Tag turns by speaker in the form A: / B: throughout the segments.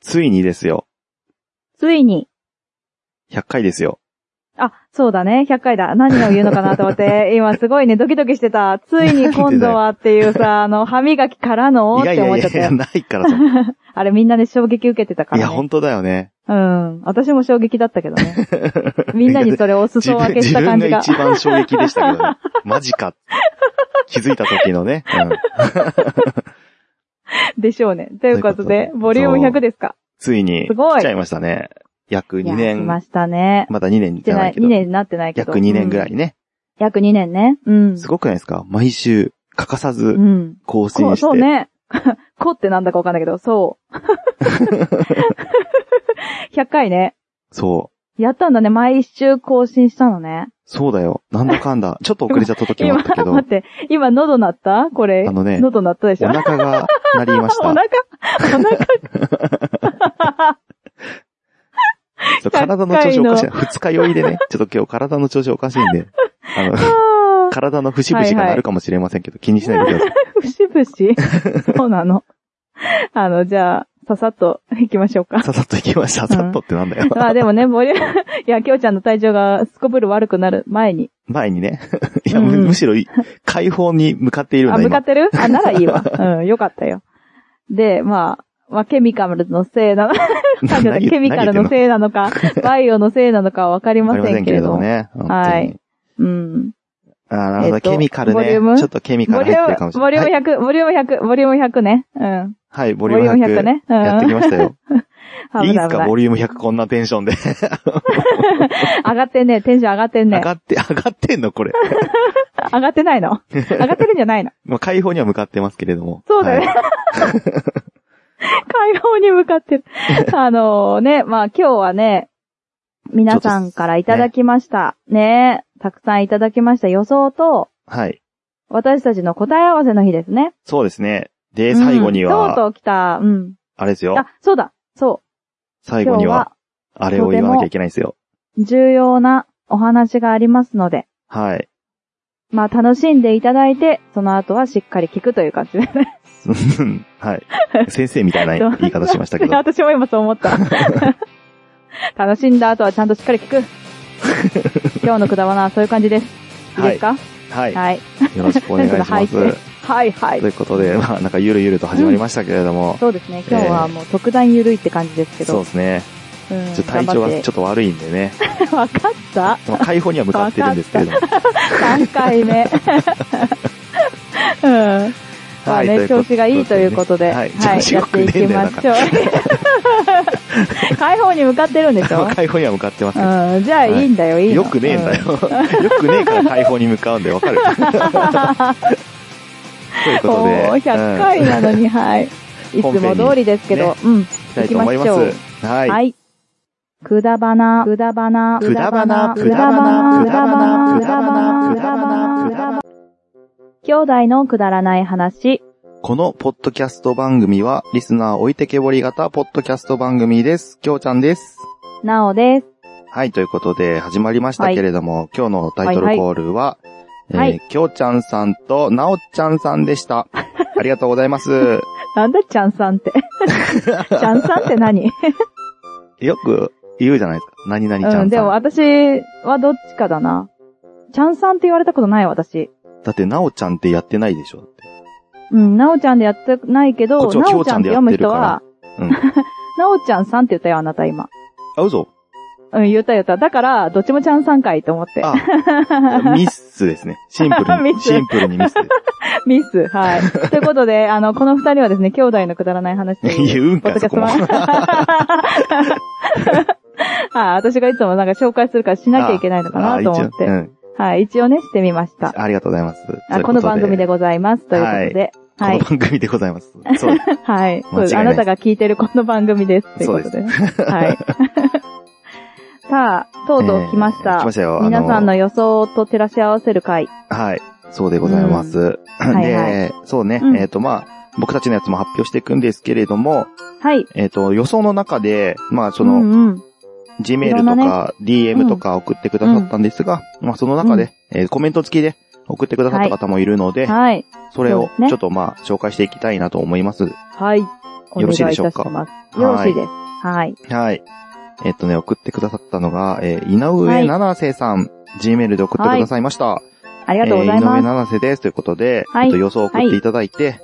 A: ついにですよ。
B: ついに、
A: 100回ですよ。
B: あ、そうだね、100回だ。何を言うのかなと 思って、今すごいね、ドキドキしてた。ついに今度はっていう さ、あの、歯磨きからの
A: い
B: っ
A: やい
B: て
A: や
B: 思っ
A: い
B: ちゃっ
A: やいや、
B: たよ。
A: ないからさ。い
B: あれみんなで衝撃受けてたから、ね。
A: や、本当だよね。
B: うん。私も衝撃だったけど ね。みんなにそれをお
A: 自
B: 裾分
A: 分、
B: けし
A: 自
B: た
A: 分
B: 感じ
A: が
B: が。
A: 一番衝撃でしたけどね。 マジか。気づいた時のね。うん。
B: でしょうね。ということ
A: という
B: で
A: こ、とで
B: ボリューム100ですか。
A: ついに、
B: すごい
A: 来ちゃいましたね。約2
B: いや来
A: 年、
B: ましたね。
A: まだ2年
B: じ
A: じ
B: ゃ
A: ゃ
B: な、
A: ないいけ
B: 2
A: ど、
B: 年になってないけど。
A: 約2年ぐらい
B: うん
A: ね。
B: 約2年ね。うん。
A: すごくないですか毎週、欠かさ
B: う
A: ず、
B: ん。
A: 更
B: こ
A: 新
B: う、
A: して。
B: そうね。 こってなんだかわかんないけど、 そう。100回ね。
A: そう。
B: やったんだね。毎週更新したのね。
A: そうだよ。なんだかんだ。ちょっと遅れちゃった時もあ
B: 今、
A: ったけど、
B: 待って。今、喉鳴ったこれ。
A: あのね
B: 喉鳴ったでし
A: お
B: ょ
A: 腹が鳴りまし
B: お
A: た。
B: 腹、お腹。
A: そう体の調子おかしい。二日酔い でね、ちょっと今日体の調子おかしいんで、あの、
B: あー
A: 体の節々がなるかもしれませんけど、気にしないでください。
B: 節々 そうなの。あの、じゃあ、ささっと行きましょう か。
A: ささっと行きました。ささっとってなんだよ。
B: まあでもね、ボリューム、 いや、きょうちゃんの体調がすこぶる悪くなる前に。
A: 前に ね。いや、
B: うん
A: むむしろい、解放に向かっているん
B: あ、
A: だ、
B: 向か
A: 今
B: っ。て るあ、ならいいわ。うん、よかったよ。で、まあ、まあ、ケミカルのせ いなの、
A: な何言
B: ケミカルの
A: い
B: せいなのか、バイオのせいなのかはわかり
A: ま
B: ま
A: ませ
B: せ
A: ん
B: ん
A: け
B: け
A: れ
B: れ
A: ど
B: ど
A: も
B: も。
A: ね。
B: は
A: 本
B: いうん。
A: 当に。あーなるほ
B: え
A: ど。
B: っと
A: ケミカル
B: ボリュ
A: ね。
B: ーム
A: ちょっとケミカ
B: ボ
A: ル
B: リ
A: 入
B: ュ
A: ってる
B: ー
A: かも
B: ム、
A: しれな
B: ボ
A: い。
B: リューム100、ボリューム100、ボリューム100ね。うん。
A: はい、はいボリューム100。
B: ね。うん。
A: やってきましたよ。いい
B: 危
A: で
B: な
A: すか
B: い危ない
A: ボリューム100こんなテンションで。
B: 上がってんね、テンション上がってん
A: 上
B: ね。
A: がって、上がってんのこれ。
B: 上がってないの 上がってるんじゃないの
A: まあ、解放には向かってますけれども。
B: そうだね
A: はい。
B: 解放に向かって る。あのね、まあ今日はね、皆さんからいただきました。ねたくさんいただきました予想と、
A: はい。
B: 私たちの答え合わせの日ですね。
A: そうですね。
B: う
A: で、
B: ん
A: 最後に
B: とうと
A: は、
B: う来た、うん。
A: あれですよ
B: あ。、そうだ、そ
A: 最
B: う。
A: 後
B: 今日
A: には、
B: は
A: あれを言わなきゃいけないですよ。
B: 重要なお話がありますので、
A: はい。
B: まあ楽しんでいただいて、その後はしっかり聞くという感じで。
A: うんはい。先生みたい な言い方しましたけど。
B: 私も今そう思った。 楽しんだ後はちゃんとしっかり聞 く。今日のくだばなはそういう感じです。いいですか
A: はい。
B: はい。
A: よろしくお願いし
B: は
A: ま
B: い
A: す。
B: はいは
A: とい
B: い。
A: うことで、まあ、なんかゆるゆると始まりましたけれども、
B: そうですね。今日はもう特段ゆるいって感じですけ
A: そう
B: ど。
A: ですね。
B: うん
A: ちょっと体調がちょっと悪いんでね。
B: 頑張って。わかった
A: まあ、解放には向かってるんですけ れども。
B: ?3 回目。 うん。まあ
A: はい
B: ね、
A: ということで
B: 調子がいいということで、
A: はい 調子
B: や
A: よ
B: っ
A: く
B: ていきましょう。解放に向かってるんで しょ
A: まあ解放には向かってますけど。
B: うん。じゃあいいんだよ、いいの
A: よくねえん だよ。よくねえから解放に向かうんでわか る。ということで、
B: おー100
A: うん
B: 回なのに、はい。い つ
A: 本編
B: も
A: に
B: 通りですけど、うん。
A: 行きたいと思いま。
B: 行きます
A: はい。
B: はい。くだばな、くだばな、
A: くだばな、く
B: く
A: だ
B: だ
A: ば
B: ば
A: な、
B: な、
A: く
B: く
A: だ
B: だ
A: ば
B: ば
A: な、
B: な、
A: く
B: く
A: だ
B: だ
A: ば
B: ば
A: な、
B: な、
A: く
B: く
A: だ
B: だ
A: ば
B: ば
A: な、
B: な、
A: く
B: く
A: だ
B: だ
A: ばな。
B: ばな。兄弟のくだらない話。
A: このポッドキャスト番組は、リスナー置いてけぼり型ポッドキャスト番組です。きょうちゃんです。
B: なおです。
A: はい、ということで、始まりましたけれども、今日のタイトルコールは、
B: はい
A: えーきょうちゃんさんとなおちゃんさんでした。ありがとうござい ます。
B: なんだ、ちゃんさん って。ちゃんさんって何
A: よく言うじゃないですか。何々ちゃんさん。
B: うん、でも私はどっちかだな。ちゃんさんって言われたことない、私。
A: だって、なおちゃんってやってないでしょ。
B: うん、なおちゃんでやってないけ
A: こ
B: ど
A: っ、ちは
B: な
A: きょう
B: お
A: ち
B: ち
A: ゃ
B: ゃ
A: ん
B: んっ
A: で
B: て
A: や
B: 読
A: っ
B: む
A: てる
B: 人
A: か
B: は
A: ら、 うん。
B: なおちゃんさんって言ったよ、あなた今。
A: あ、嘘
B: うん、言った言った。だから、どっちもちゃんさんかいと思って。
A: あ、ミスです ね。シンプルに。
B: ミス
A: シンプルにミスです。
B: ミス。 はい。ということで、あの、この二人はですね、兄弟のくだらない話と いう。
A: 言うん
B: ポッ
A: か、
B: ドキ
A: そ
B: ャス
A: こ
B: ト
A: も。
B: 番 はい、私がいつもなんか紹介するからしなきゃいけないのかなと
A: あ一
B: 思っ
A: 応う
B: て。
A: ん
B: はい、一応ね、してみました。
A: ありがとうございます。
B: あこの番組で
A: ご
B: ございます。ということで。
A: ざ
B: はい
A: います。。この番組でございます。 そうです。
B: はい。そうです。
A: 間違い
B: あ
A: ない
B: なたが聞いてるこの番組です。という
A: そ
B: ことで。 はい。さあ、とうとう来まし
A: えー
B: た
A: 来ま。したよ。あ
B: 皆さんの予想と照らし合わせる回。
A: はい。そうでございます。
B: んはいは
A: で、そうね
B: う。ん
A: えっと、まあ、僕たちのやつも発表していくんですけれども、
B: はい。
A: えっと、予想の中で、まあ、そうの、
B: んうん。
A: Gmail
B: いろ
A: と
B: んなね
A: か DM とか送ってくださったんですが、まあ、その中で、えーコメント付きで送ってくださった方もいるので、
B: はい。
A: それ
B: そう
A: を
B: ですね
A: ちょっとまあ、紹介していきたいなと思います。
B: はい。お
A: よろ
B: 願いい
A: しい
B: た
A: でし
B: し
A: ょう
B: ま
A: か
B: す。よろしいです。はい。
A: はい。えっとね、送ってくださったのが、えー井上七瀬さん、Gmail で送ってくださいました。
B: ありがとうござい
A: えー井上
B: ます。
A: 七瀬です。ということで、
B: はい
A: えっと予想を送っていただいて、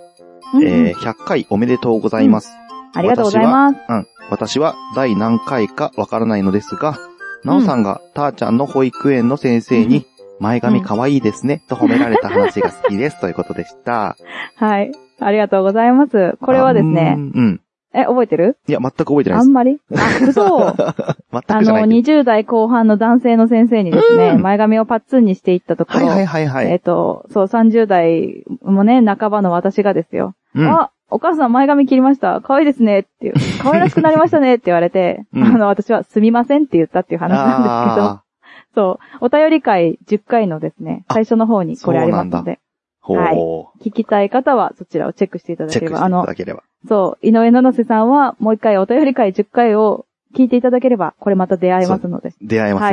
B: うんうん
A: えー100回おめでとうございます。
B: ありがとうございます。
A: うん。私は第何回かわからないのですが、なおさんがたーちゃんの保育園の先生に、前髪可愛いですね、と褒められた話が好き です。ということでした。
B: はい。ありがとうございます。これはです
A: う
B: ね、
A: ん。うん。
B: え、覚えてる
A: いや、全く覚えてない
B: あ
A: で
B: ん
A: す。
B: まりあ、嘘。
A: 全
B: あ
A: くじゃな
B: の、
A: いけど。
B: 20代後半の男性の先生にですね、
A: うん
B: 前髪をパッツンにしていったとこ
A: はい
B: ろ、
A: はいはいは
B: えっ、
A: い。
B: と、そう、30代もね、半ばの私がですよ、
A: うん。
B: あ、お母さん前髪切りました。可愛いですね。っ ていう。可愛らしくなりましたね。って言われて、
A: うん
B: あの、私はすみませんって言ったっていう話なんですけど、
A: あ
B: そう、お便り会10回のですね、
A: あ
B: 最初の方にこれあります
A: そ
B: の
A: うな
B: で、
A: ー、
B: はい
A: ほ
B: 聞きたい方はそちらをチェックしていた
A: う。
B: だ
A: チ
B: け
A: ェック
B: れ
A: し
B: ば、
A: て
B: あ
A: いた
B: の、
A: だければ。
B: そう、井上七瀬さんはもう一回お便り会10回を聞いていただければ、これまた出会えますので、
A: 出会えます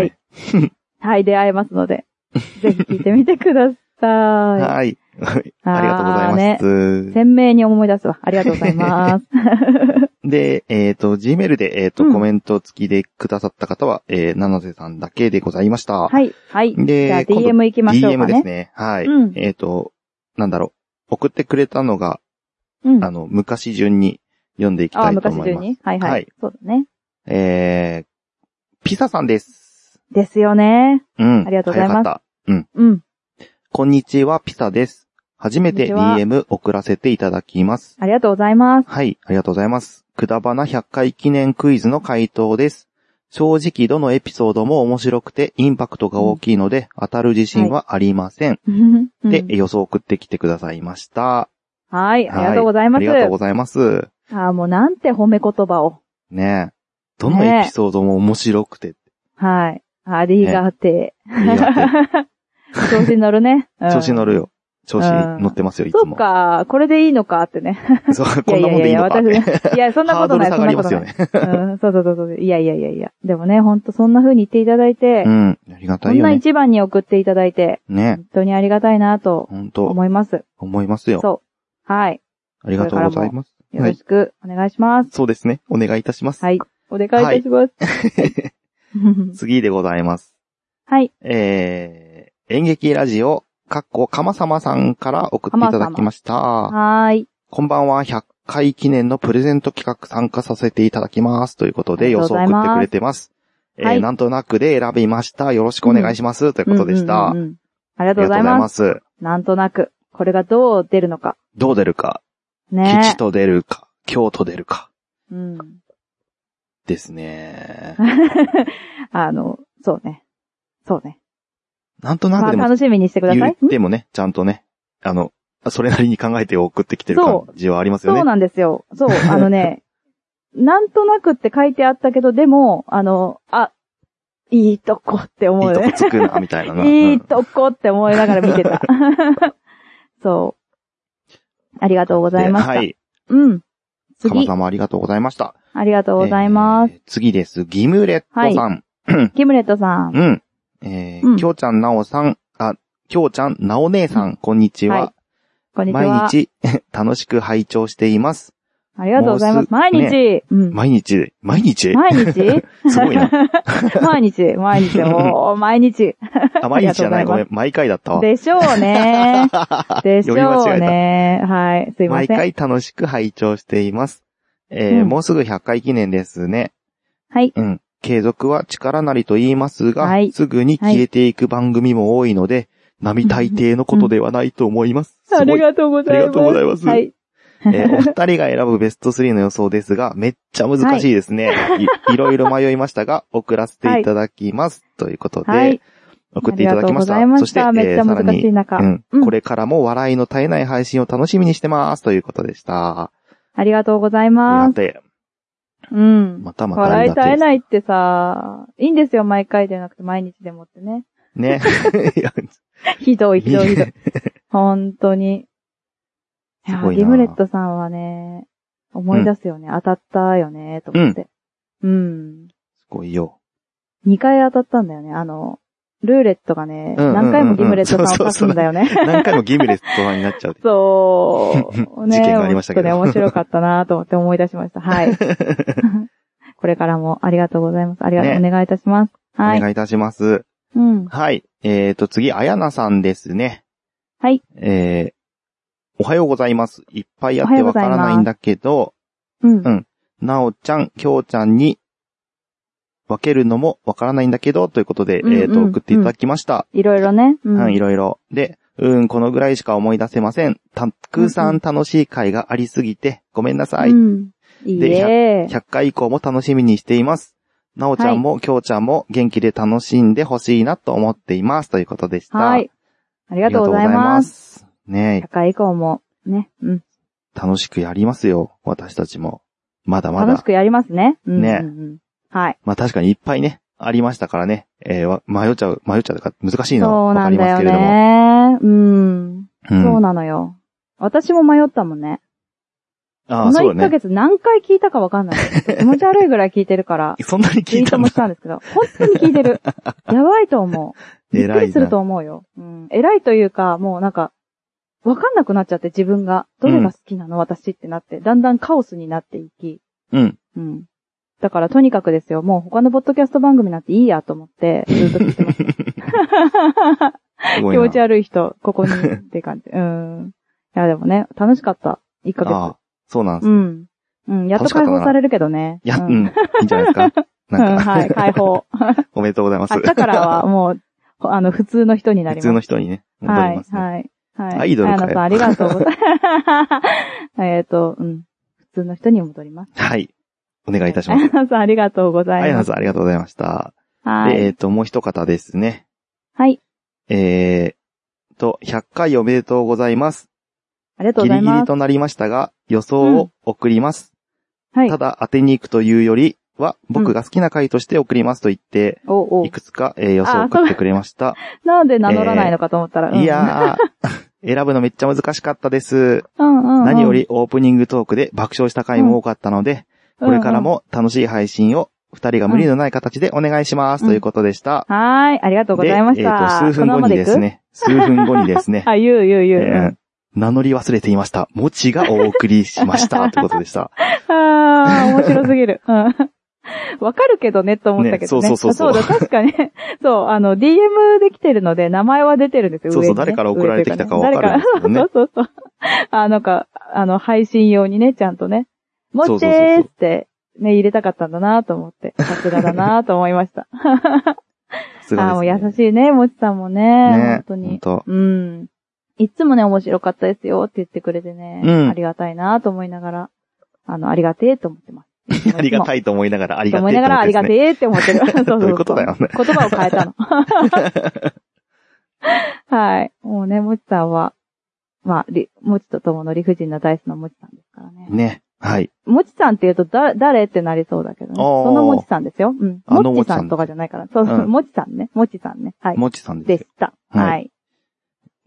A: ね。
B: はい、出会えますので、ぜひ聞いてみてください。
A: はい。ありがとうござい
B: あー
A: ま
B: ね
A: す。
B: 鮮明に思い出すわ。ありがとうござい ます。
A: で、えっ、と、Gmail で、えっ、と、
B: うん
A: コメント付きでくださった方は、えー、七瀬さんだけでございました。
B: はい、はい。
A: で
B: じゃあ
A: 今度
B: DM 行きましょうか
A: DM です
B: ね。
A: ね。はい。
B: うん
A: えっ、と、なんだろう。送ってくれたのが、
B: うん
A: あの、昔順に読んでいき
B: あ
A: た
B: あ、
A: いと
B: 昔
A: 思い
B: 中
A: ます。
B: にはいはい。
A: はい
B: そうだね。
A: えー、ピサさんです。
B: ですよね。
A: うん。
B: ありがとうございます
A: 早かった。
B: うん。
A: こんにちは、ピサです。初めて
B: こんに
A: DM 送らせていただきます。
B: ありがとうございます。
A: はい、ありがとうございます。くだばな100回記念クイズの回答です。正直どのエピソードも面白くてインパクトが大きいので、当たる自信はありません。
B: うん
A: で、予想を送ってきてくださいました。
B: はい、ありがとうござい
A: あ
B: ます。
A: りがとうございます。
B: ああ、もうなんて褒め言葉を。
A: ねえ。どの
B: ねえ
A: エピソードも面白くて。
B: はい。ありがて
A: あり がて
B: え。調子に乗るね。う
A: え
B: ん
A: 調子乗るよ。調子に乗ってますよ、いつ
B: そう
A: も。
B: か、これでいいのかってね。
A: そう
B: い
A: こ
B: や
A: ん
B: い
A: な
B: や
A: もん
B: いや
A: でい
B: い
A: いの
B: や、
A: か。
B: 私ね、い や、そんな
A: ハ
B: こ
A: ー
B: と
A: ドル
B: な
A: 下
B: い、そん
A: が
B: な
A: り
B: こ
A: ま
B: と
A: す
B: な
A: よ
B: い。
A: ね。
B: うん、そうそうそうそう。いやいやいやいや。でもね、ほんとそんな風に言っていただいて、
A: うん。ありが
B: こ
A: たい
B: ん
A: よ
B: な
A: ね。
B: 一番に送っていただいて、
A: ねえ。
B: 本当にありがたいなと
A: ほんと、
B: 思います。
A: 思いますよ。
B: そう。はい。
A: ありがとうございます。
B: よ
A: は
B: ろ
A: い。
B: しくお願いします。
A: そうですね。お願いいたします。
B: はい。お願いいたします。
A: 次でございます。
B: はい。
A: えー、演劇ラジオ、かっこかまさまさんから送っていただきました。
B: はーい。
A: こんばんは、100回記念のプレゼント企画参加させていただきます。ということ
B: あ
A: で、
B: り
A: 予
B: がとう
A: 想
B: ご
A: を送
B: ざいます
A: ってくれてます。えー
B: はい
A: なんとなくで選びました。よろしくお願いします。ということでした。
B: うんうんうんうんあり
A: あ
B: がとうございます。
A: す。
B: なんとなく、これがどう出るのか。
A: どう出るか、
B: ね
A: 吉と出るか、京と出るか、
B: うん。
A: です ね。
B: あの、そうね。そうね。
A: なんとな
B: まあ、
A: くでも
B: 楽しみにしてくださ
A: 言
B: い
A: っ。てもね、ちゃんとね、あの、それなりに考えて送ってきてる
B: そ
A: 感
B: う
A: じはありますよ
B: そう
A: ね。
B: なんですよ。そう、あ のね、なんとなくって書いてあったけど、でも、あの、あ、いいとこって思
A: いういと
B: ね
A: こ。つくな、みたいなな。
B: い
A: うん
B: いとこって思いながら見 てた。そう。ありがとうございました。
A: はい。
B: うん。
A: かま
B: 次
A: さ。まありがとうございました。
B: ありがとうございます。
A: えー次です。ギムレットさん。
B: キムレットさん。
A: うん。え
B: う
A: ー、
B: ん
A: きょうちゃんなおさん、あ、きょうちゃんなお姉さん、こんにち
B: は
A: は。
B: こんにちは。
A: 毎日、 楽しく拝聴しています。
B: ありがとうございます。毎日、うん。
A: 毎日、毎日
B: 毎日
A: すごい な。
B: 毎日、毎 日、おー、毎日。
A: あ、毎日じゃない。
B: ありがとうございます
A: ごめん、毎回だったわ。
B: でしょう ね。でしょ
A: 読
B: う
A: み
B: ね。はい。すいませ
A: 毎
B: ん。
A: 回楽しく拝聴しています。えー
B: うん
A: もうすぐ100回記念ですね。
B: はい。
A: うん。継続は力なりと言いますが、
B: はい
A: すぐに消えていく番組も多いので、並大抵のことではないと思います。
B: あ
A: すご
B: り
A: い
B: がとうございます。
A: ありがとうございます
B: はい。
A: えーお二人が選ぶベスト3の予想ですが、めっちゃ難しいですね。い、いろいろ迷いました が、送らせていただきます。ということで、
B: はい。
A: 送っていただきました。
B: ありがとうございま
A: そ
B: し
A: して、え
B: た。めっちゃ
A: ーさら
B: 難し
A: に
B: い、中。
A: うん
B: うん
A: これからも笑いの絶えない配信を楽しみにしてます。ということでした。
B: ありがとうございま
A: や
B: す。
A: て、
B: うん。
A: またまたあ
B: 笑
A: りが
B: い絶
A: て
B: えないってさ、いいんですよ、毎回じゃなくて毎日でもってね。
A: ね。 いや
B: ひどい、ひどい、ひどい。本当に。い
A: す
B: や
A: ごいな
B: ギムレットさんはね、思い出すよね。当たったよね、と思って。うん。
A: すごいよ。
B: 二、回当たったんだよね。あの、ルーレットがね、
A: うんうんうんうん
B: 何回もギムレットさんを指すんだよね。。
A: 何回もギムレットになっちゃう
B: そう。
A: 事
B: ね、
A: 件
B: も
A: があり
B: う
A: ま
B: ち
A: し
B: ょ
A: た
B: っ
A: けど
B: と ね、面白かったなと思って思い出しました。はい。ここれからもありがとうございます。ありがとう、
A: ね
B: お願いいたします。は
A: お
B: い。
A: 願いいたします。
B: うん。
A: はい。えーと、次、あやなさんですね。
B: はい。
A: えー、おはようございます。いっぱいあっ
B: おは
A: て
B: ようご
A: わか
B: ざいます
A: らないんだけど、
B: うん。
A: うんなおちゃん、きょうちゃんに分けるのもわからないんだけど、ということで、
B: うんうん
A: えーと、送っていただきました。
B: いろいろね。う。
A: うんん、いろいろ。で、うん、このぐらいしか思い出せません。たくさん楽しい回がありすぎて、ごめんなさい。
B: うん。いいえ。
A: 100回以降も楽しみにしています。なおちゃんも、きょうちゃんも元気で楽しんでほしいなと思っています。ということでした。
B: はい。ありがとうございます。
A: す。ね
B: 100回以降も、ね。うん。
A: え、楽しくやりますよ。私たちも。まだま
B: 楽し
A: だ。
B: くやりますね。うん
A: ね
B: うんうんはい。
A: まあ確かにいっぱいね、ありましたからね。えーわ迷っちゃう、迷っちゃうというか難しいの
B: そ
A: は
B: う
A: わ
B: な
A: か
B: ん
A: りま
B: だ
A: す
B: よ
A: けれども。
B: ね。うん。
A: うん
B: そうなのよ。私も迷ったもんね。
A: あ
B: こ
A: あ、
B: の
A: そうだ
B: 1ヶ
A: ね。
B: 月何回聞いたかわかんない。気持ち悪いぐらい聞いてるから。
A: そんなに
B: ツ
A: 聞
B: イ
A: い
B: ー
A: た
B: ト
A: ん
B: も
A: だ
B: し。たんですけど、本当に聞い てる。やばいと思う。びっく
A: 偉い
B: りする
A: な。
B: と思うよ。うん、偉いというか、もうなんか、わかんなくなっちゃって自分が、どれが好きなの、私ってなって、だんだんカオスになっていき、
A: うん。
B: うん。だからとにかくですよ、もう他のポッドキャスト番組なんていいやと思って、ずっと聞い てます。
A: すごい
B: 気
A: な。
B: 持ち悪い人、ここに、って感 じ。うん。いやでもね、楽しかった。1ヶ
A: あ
B: 月。
A: あ、そうなんです。
B: うん。うん、やっと
A: 楽しかっ
B: 解
A: たな
B: 放されるけどね。
A: いや、
B: う。
A: うんん。いいんじゃないですか。
B: うん
A: なんか、
B: はい、解放。
A: おめでとうございます。
B: 明日からはもう、ほあの、普通の人になり
A: 普
B: ます。
A: 通の人にね、戻
B: は
A: り
B: い
A: ま、すね。
B: はい。はい。
A: アイドルかよ
B: あやなさん、ありがとうご ざいます。えっと、うん。普通の人に戻ります。
A: はい。お願いいたし
B: あ
A: ます
B: や。なさん、ありがとうござ
A: あ
B: い
A: やな
B: ます。
A: さん、ありがとうございました。
B: は
A: でえっ
B: い。
A: と、もう一方ですね。
B: はい。
A: えー、と、100回おめでとうございます。
B: ありがとう
A: ギ
B: ござ
A: リ
B: い
A: ギリ
B: ます。
A: となりましたが、予想を送ります。
B: はい
A: た。だ当てに行くというよりは、僕が好きな回として送りますと言って、
B: おうお
A: いうくつか、えー予想を送ってくれました。
B: なんで名乗らないのかと思ったら。うん
A: い、やー、 選ぶのめっちゃ難しかったです。
B: うんうんうん
A: 何よ、りオープニングトークで爆笑した回も多かったので、
B: うん
A: これから。も楽しい配信を二人が無理のない形でお願いします、
B: うん
A: ということでした。
B: うんはーい。ありがとうございまし
A: でえー
B: た。
A: と、数分後にですね、数分後にですね
B: このままでいく。、あ、言う言う言う。
A: えー名乗り忘れていました。もちがお送りしま した。ってことでした。
B: ああ、面白すぎ る。うんわかるけどね、と思ったけどね。
A: ねそうそうそうそう
B: あだ、確かに。 そう、あの、DM できてるので、名前は出てるんですよ、
A: そうそう
B: 上にね
A: 誰から送られてきたか
B: 上という
A: わかるんですけどね
B: 誰から そうそうそう。あ、なんか、あの、配信用にね、ちゃんとね。も
A: そうそう
B: っ
A: そ
B: て
A: うそう
B: ーすって、ね、入れたかったんだなと思って。さすがだなと思 いました。
A: すごい
B: あ
A: で
B: ーも
A: す、
B: う
A: ね。
B: 優しいね、もちさんもね。
A: ね
B: 本当に。
A: 本
B: うん。いつもね、面白かったですよって言ってくれてね。
A: うん
B: ありがたいなと思いながら、あの、ありがてえと思ってます。いつも
A: ありがたいと思いながら、あり
B: と
A: がてえ
B: 思いながら、ありがて
A: え。
B: えって思ってる。そうそう そ
A: どういうことだよね
B: 言葉を変えたの。 はい。もうね、もちさんは、まあ、りもちとともの理不尽なダイスのもちさんですからね。
A: ね。はい。
B: もちさんって言うと、だ、誰ってなりそうだけどね。
A: おー
B: そのもちさんですよ。うん。
A: あの
B: もちさんとかじゃないから。そうそうう、
A: ん
B: もちさんね。もちさんね。はい。
A: もちさんで
B: ですし
A: よ。
B: た。
A: はい
B: はい。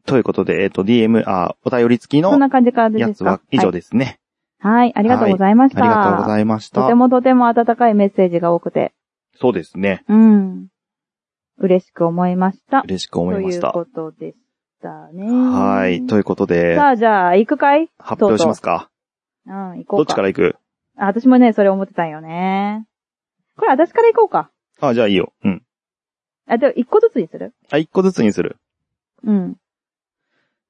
A: ということで、えっ、と、DM、あ、お便り付き
B: そん
A: の
B: な感じからで
A: や
B: す
A: つ
B: か
A: は以上ですね。
B: はい。はい。ありがとうございました。
A: ありがとうございまし
B: と
A: た
B: て。もとても温かいメッセージが多くて、
A: そうですね。
B: うん。嬉しく思いました。
A: 嬉しく思いました
B: とい。うことでしたね。
A: はい。ということで、
B: さあ、じゃあ、行くかい
A: 発表しますか。
B: うん、行こ
A: ど
B: う
A: っち
B: か。
A: から行く
B: あ、私もね、それ思ってたんよね。これ、私から行こうか。
A: あ、じゃあいいよ。うん。
B: あ、でも、一個ずつにする
A: あ、一個ずつにする。
B: うん。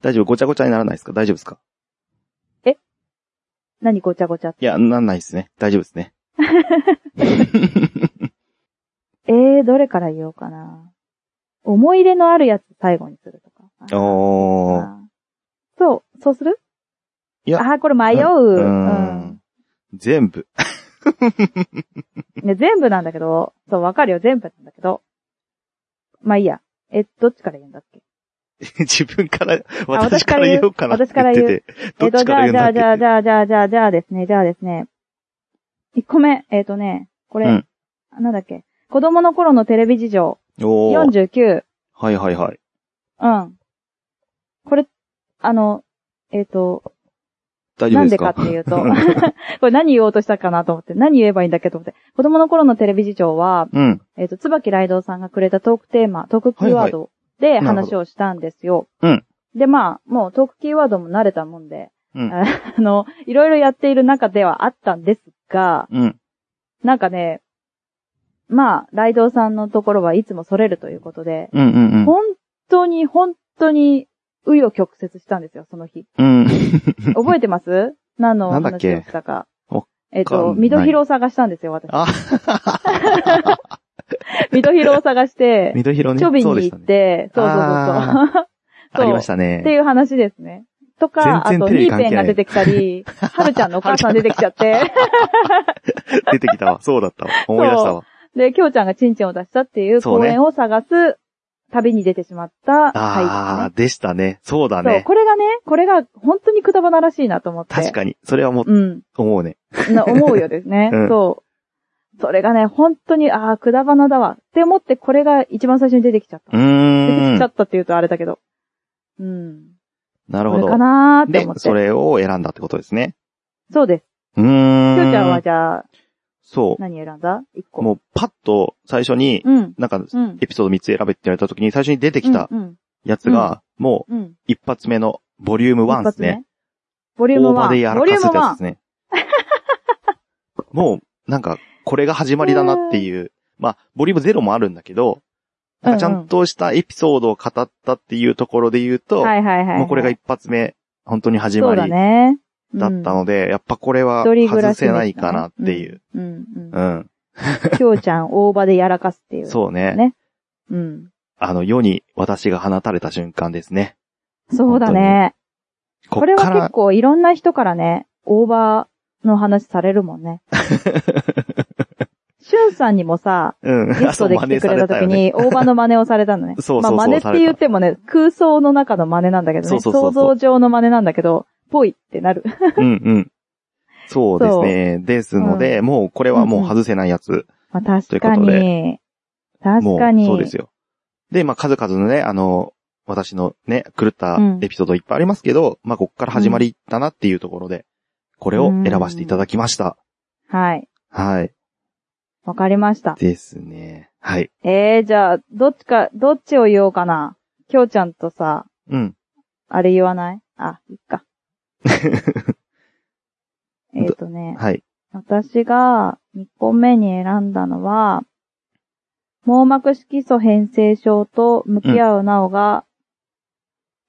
A: 大丈夫ごちゃごちゃにならないですか大丈夫ですか
B: 何ごちゃごちゃ。
A: いや、なんないですね。大丈夫です ね。
B: えー、どれから言おうかな。思い入れのあるやつ最後にするとか。
A: おー。
B: あそう、そうする
A: いや
B: あー、これ迷う。
A: う
B: うん
A: ん。全部。
B: ね、全部なんだけど、そう、わかるよ、全部なんだけど。まあいいや。え、どっちから言うんだっけ
A: 自分から、私
B: 私
A: か
B: からら
A: 言
B: 言う
A: おうかなって
B: 私から
A: 言
B: 言
A: っ
B: う
A: てて。どっ
B: えっと、
A: ち
B: じ
A: か
B: ゃ
A: ら言
B: あ、
A: うん
B: じ
A: だ
B: ゃ
A: っ
B: あ、
A: け
B: じゃあ、じゃあ、じゃあ、じゃあ、じゃあですね、じゃあですね。1個目、えっ、とね、これ、
A: うん
B: なんだっけ。子供の頃のテレビ事情、
A: おー。
B: 49。
A: はいはいはい。
B: うん。これ、あの、えっ、と、
A: 大丈
B: な
A: 夫
B: ん
A: で
B: ですか
A: か
B: っていうと、これ何言おうとしたかなと思って、何言えばいいんだっけと思って、子供の頃のテレビ事情は、
A: うん。
B: えっ、と、椿ライドウさんがくれたトークテーマ、トークキーワードで
A: いなるほ
B: 話をしたんですよ。
A: うん
B: で、まあ、もうトークキーワードも慣れたもんで、
A: うん
B: あの、いろいろやっている中ではあったんですが、
A: うん。
B: なんかね、まあ、ライドウさんのところはいつもそれるということで、
A: うんうん
B: 本当に本当に、紆余曲折したんですよ、その 日。
A: うん。うん。
B: 覚えてます何の
A: なんだっけ
B: 話をしたか
A: わ。
B: えっ
A: わかん
B: と、
A: ない
B: ミドヒロを探したんですよ、私。
A: あ、
B: ミドヒロを探して、
A: ミドヒロね。
B: チョビ
A: そうで
B: に
A: し
B: 行
A: たね。
B: って、そうそうそうそう。
A: ありましたね。
B: っていう話ですね。とか、あ
A: 全然
B: と、
A: テレビ
B: ニー
A: 関係
B: ペン
A: な
B: が
A: い
B: 出てき たり、はるちゃんのお母さん出てきちゃって、
A: 出てきたわ。そうだったわ。思い出したわ。
B: で、きょうちゃんがチンチンを出したっていう
A: そう
B: 公
A: ね
B: 演を探す旅に出てしまった
A: ああ、でしたね。そうだ
B: 回ですねそう、
A: ね。
B: これがね、これが本当にくだばならしいなと思って。
A: 確かに。それはもう、
B: うん。
A: 思うね。。
B: な思うよですね
A: うん
B: そう。それがね、本当に、ああ、くだばなだわ。って思って、これが一番最初に出てきちゃった。
A: う
B: 出て
A: ー
B: き
A: ん
B: ちゃ。ったって言うとあれだけど。うん。
A: なるほ
B: これ
A: ど
B: か。なーって
A: で
B: 思っ、て。
A: それを選んだってことですね。
B: そうです。
A: う
B: きょうちゃん
A: ー
B: は
A: ん。
B: じゃあ、
A: そ
B: 何選んだ一
A: う。
B: 個。
A: もう、パッと、最初に、
B: うん。
A: なんか、
B: うん。
A: エピソード3つ選べって言われた時に、最初に出てきた
B: うん。
A: やつが、もう、
B: うんうん。
A: 一発目の、ボリューム1
B: 一
A: で
B: 発
A: すね。
B: 目。ボリューム
A: 大場でや
B: 1。ボ
A: ら
B: リュ
A: か
B: ー
A: す
B: ム
A: ってやつで
B: 1。
A: すね。 もう、なんか、これが始まりだなっていう。まあ、ボリューム0もあるんだけど、なんかちゃんとしたエピソードを語ったっていうところで言うと、
B: はいはいはい。
A: もうこれが一発目、本当に始
B: そう
A: ま
B: だ
A: り
B: ね。
A: だった
B: うん
A: ので、やっぱこれは
B: 一人暮
A: 外
B: らし
A: せ
B: でしたね。
A: ないかなっていう。
B: うん。うん。
A: う
B: うん
A: ん。
B: きょうちゃん、大場でやらかすっていう。
A: そうね
B: ねうん。
A: あの、世に私が放たれた瞬間ですね。
B: そうだね。
A: こ
B: こ
A: っ
B: れ
A: か
B: は結
A: ら、
B: 構いろんな人からね、オーバーの話されるも んね。しゅんさんにもさ、
A: うん。。
B: ゲストで来てくれた時に、オーバーの真似をされたのね
A: そうそう
B: ま
A: そ
B: あ
A: う
B: 真似って言ってもね、空想の中の真似なんだけど
A: そ
B: ね。
A: うそうそうそう
B: 想像上の真似なんだけど、ぽいってなる。
A: あそう真似されたよねうんうん。そうですね。ですので、もうこれはもう外せないやつ。
B: まあ確
A: と
B: か
A: いうこと
B: に。確
A: も
B: かに。
A: う、そうですよ。で、まあ、数々のね、あの、私のね、狂ったエピソードいっぱいありますけど、まあ、こっから始まりだなっていうところで、これを選ばせていただきました。
B: はい。
A: はい。
B: わかりました。
A: ですね。はい。
B: えー、じゃあ、どっちか、どっちを言おうかな。きょうちゃんとさ、
A: うん。
B: あれ言わないあ、いっ か。えっとね。
A: はい。
B: 私が2個目に選んだのは、網膜色素変性症と向き合うなおが、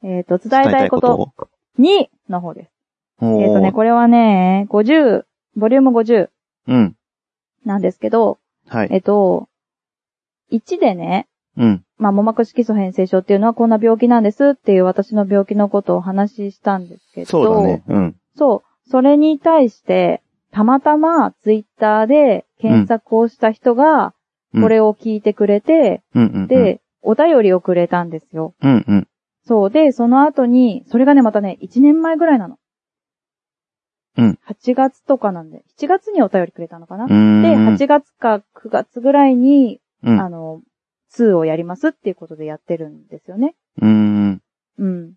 B: えっ、と、伝えたいこと2の方です。
A: 伝
B: え
A: え
B: った
A: いこと。おー
B: とね、これはね、50、ボリューム50
A: うん。
B: なんですけど、
A: はい。
B: えっ、と、1でね、
A: うん。
B: まあ、網膜色素変性症っていうのはこんな病気なんですっていう私の病気のことをお話ししたんですけど、
A: そうだね。うん。
B: そう。それに対して、たまたまツイッターで検索をした人が、
A: うん
B: これを聞いてくれて、
A: うんうんうん。、
B: で、お便りをくれたんですよ。
A: うんうん。
B: そう。で、その後に、それがね、またね、1年前ぐらいなの。
A: うん。
B: 8月とかなんで、7月にお便りくれたのかな。
A: う
B: で、
A: ん。
B: 8月か9月ぐらいに、
A: うん
B: あの、2をやりますっていうことでやってるんですよね。
A: うん。
B: うん。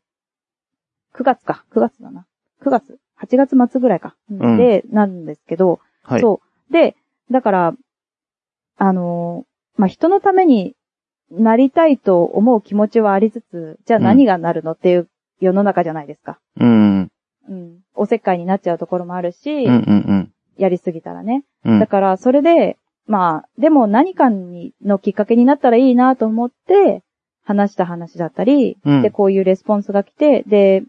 B: 9月か。9月だな。9月。8月末ぐらいか。
A: うん
B: で、なんですけど、
A: はい。
B: そう。で、だから、あのーまあ、人のためになりたいと思う気持ちはありつつ、じゃあ
A: うん
B: 何がなるのっていう世の中じゃないですか。
A: うん。
B: うん。おせっかいになっちゃうところもあるし、
A: うんうん
B: やりすぎたらね。
A: うん。
B: だから、それで、まあ、でも何かに、のきっかけになったらいいなと思って、話した話だったり、
A: うん
B: で、こういうレスポンスが来て、で、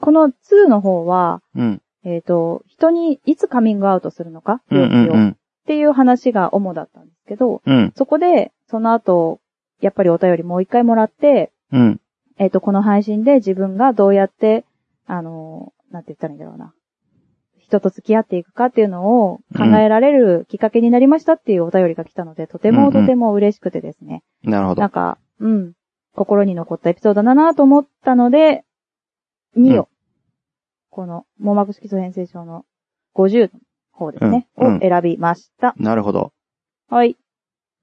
B: この2の方は、
A: うん。
B: えっ、と、人にいつカミングアウトするのか、
A: うん
B: 病気
A: う
B: を、
A: んうん。
B: っていう話が主だったんですけど、
A: うん。
B: そこで、その後、やっぱりお便りもう一回もらって、
A: うん。
B: えっ、と、この配信で自分がどうやって、あのーなんて言ったらいいんだろうな。人と付き合っていくかっていうのを考えられるきっかけになりましたっていうお便りが来たので、とても
A: うんうん
B: とても嬉しくてですね。
A: なるほど
B: なん。か、うん。心に残ったエピソードだなと思ったので、2を、
A: うん
B: この網膜色素変性症の50の方ですね、
A: うんうん
B: を選びました。
A: なるほど。
B: はい。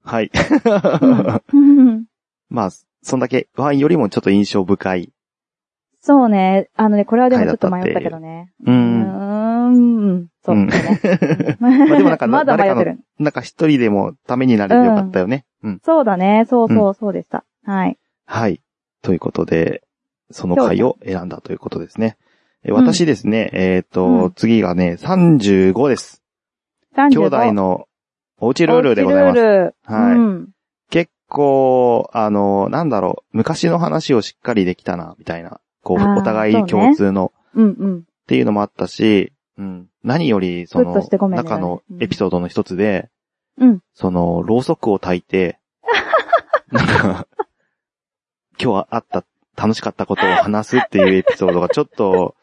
A: はい。
B: うん
A: まあ、そんだけ、ワインよりもちょっと印象深い。
B: そうね。あのね、これはでもちょっと迷ったけどね。
A: う
B: うー
A: ん。
B: ん。そう
A: う ん
B: ね。
A: あでもなんか
B: まだ迷って
A: 誰
B: る。
A: なんか一人でもためになれてよかったよね。うん。
B: そうだね。そうそう、そうでした。はい。
A: はい。ということで、その回を選んだということですね。え私ですね、えっ、と、
B: うん
A: 次がね、35です。
B: 35
A: 兄弟のおうちルールでございます。
B: ルール。
A: はい
B: うん。
A: 結構、あの、なんだろう、昔の話をしっかりできたな、みたいな。こ
B: あ
A: う、
B: ー
A: お互
B: そう
A: い
B: ね
A: 共通の、
B: うん うん。
A: っていうのもあったし、うん。何より、そ
B: ふっと
A: の
B: してご、めんね
A: 中のエピソードの一つで、
B: うん
A: その、ろうそくを焚い て、なんか、今日はあった、楽しかったことを話すっていうエピソードがちょっと、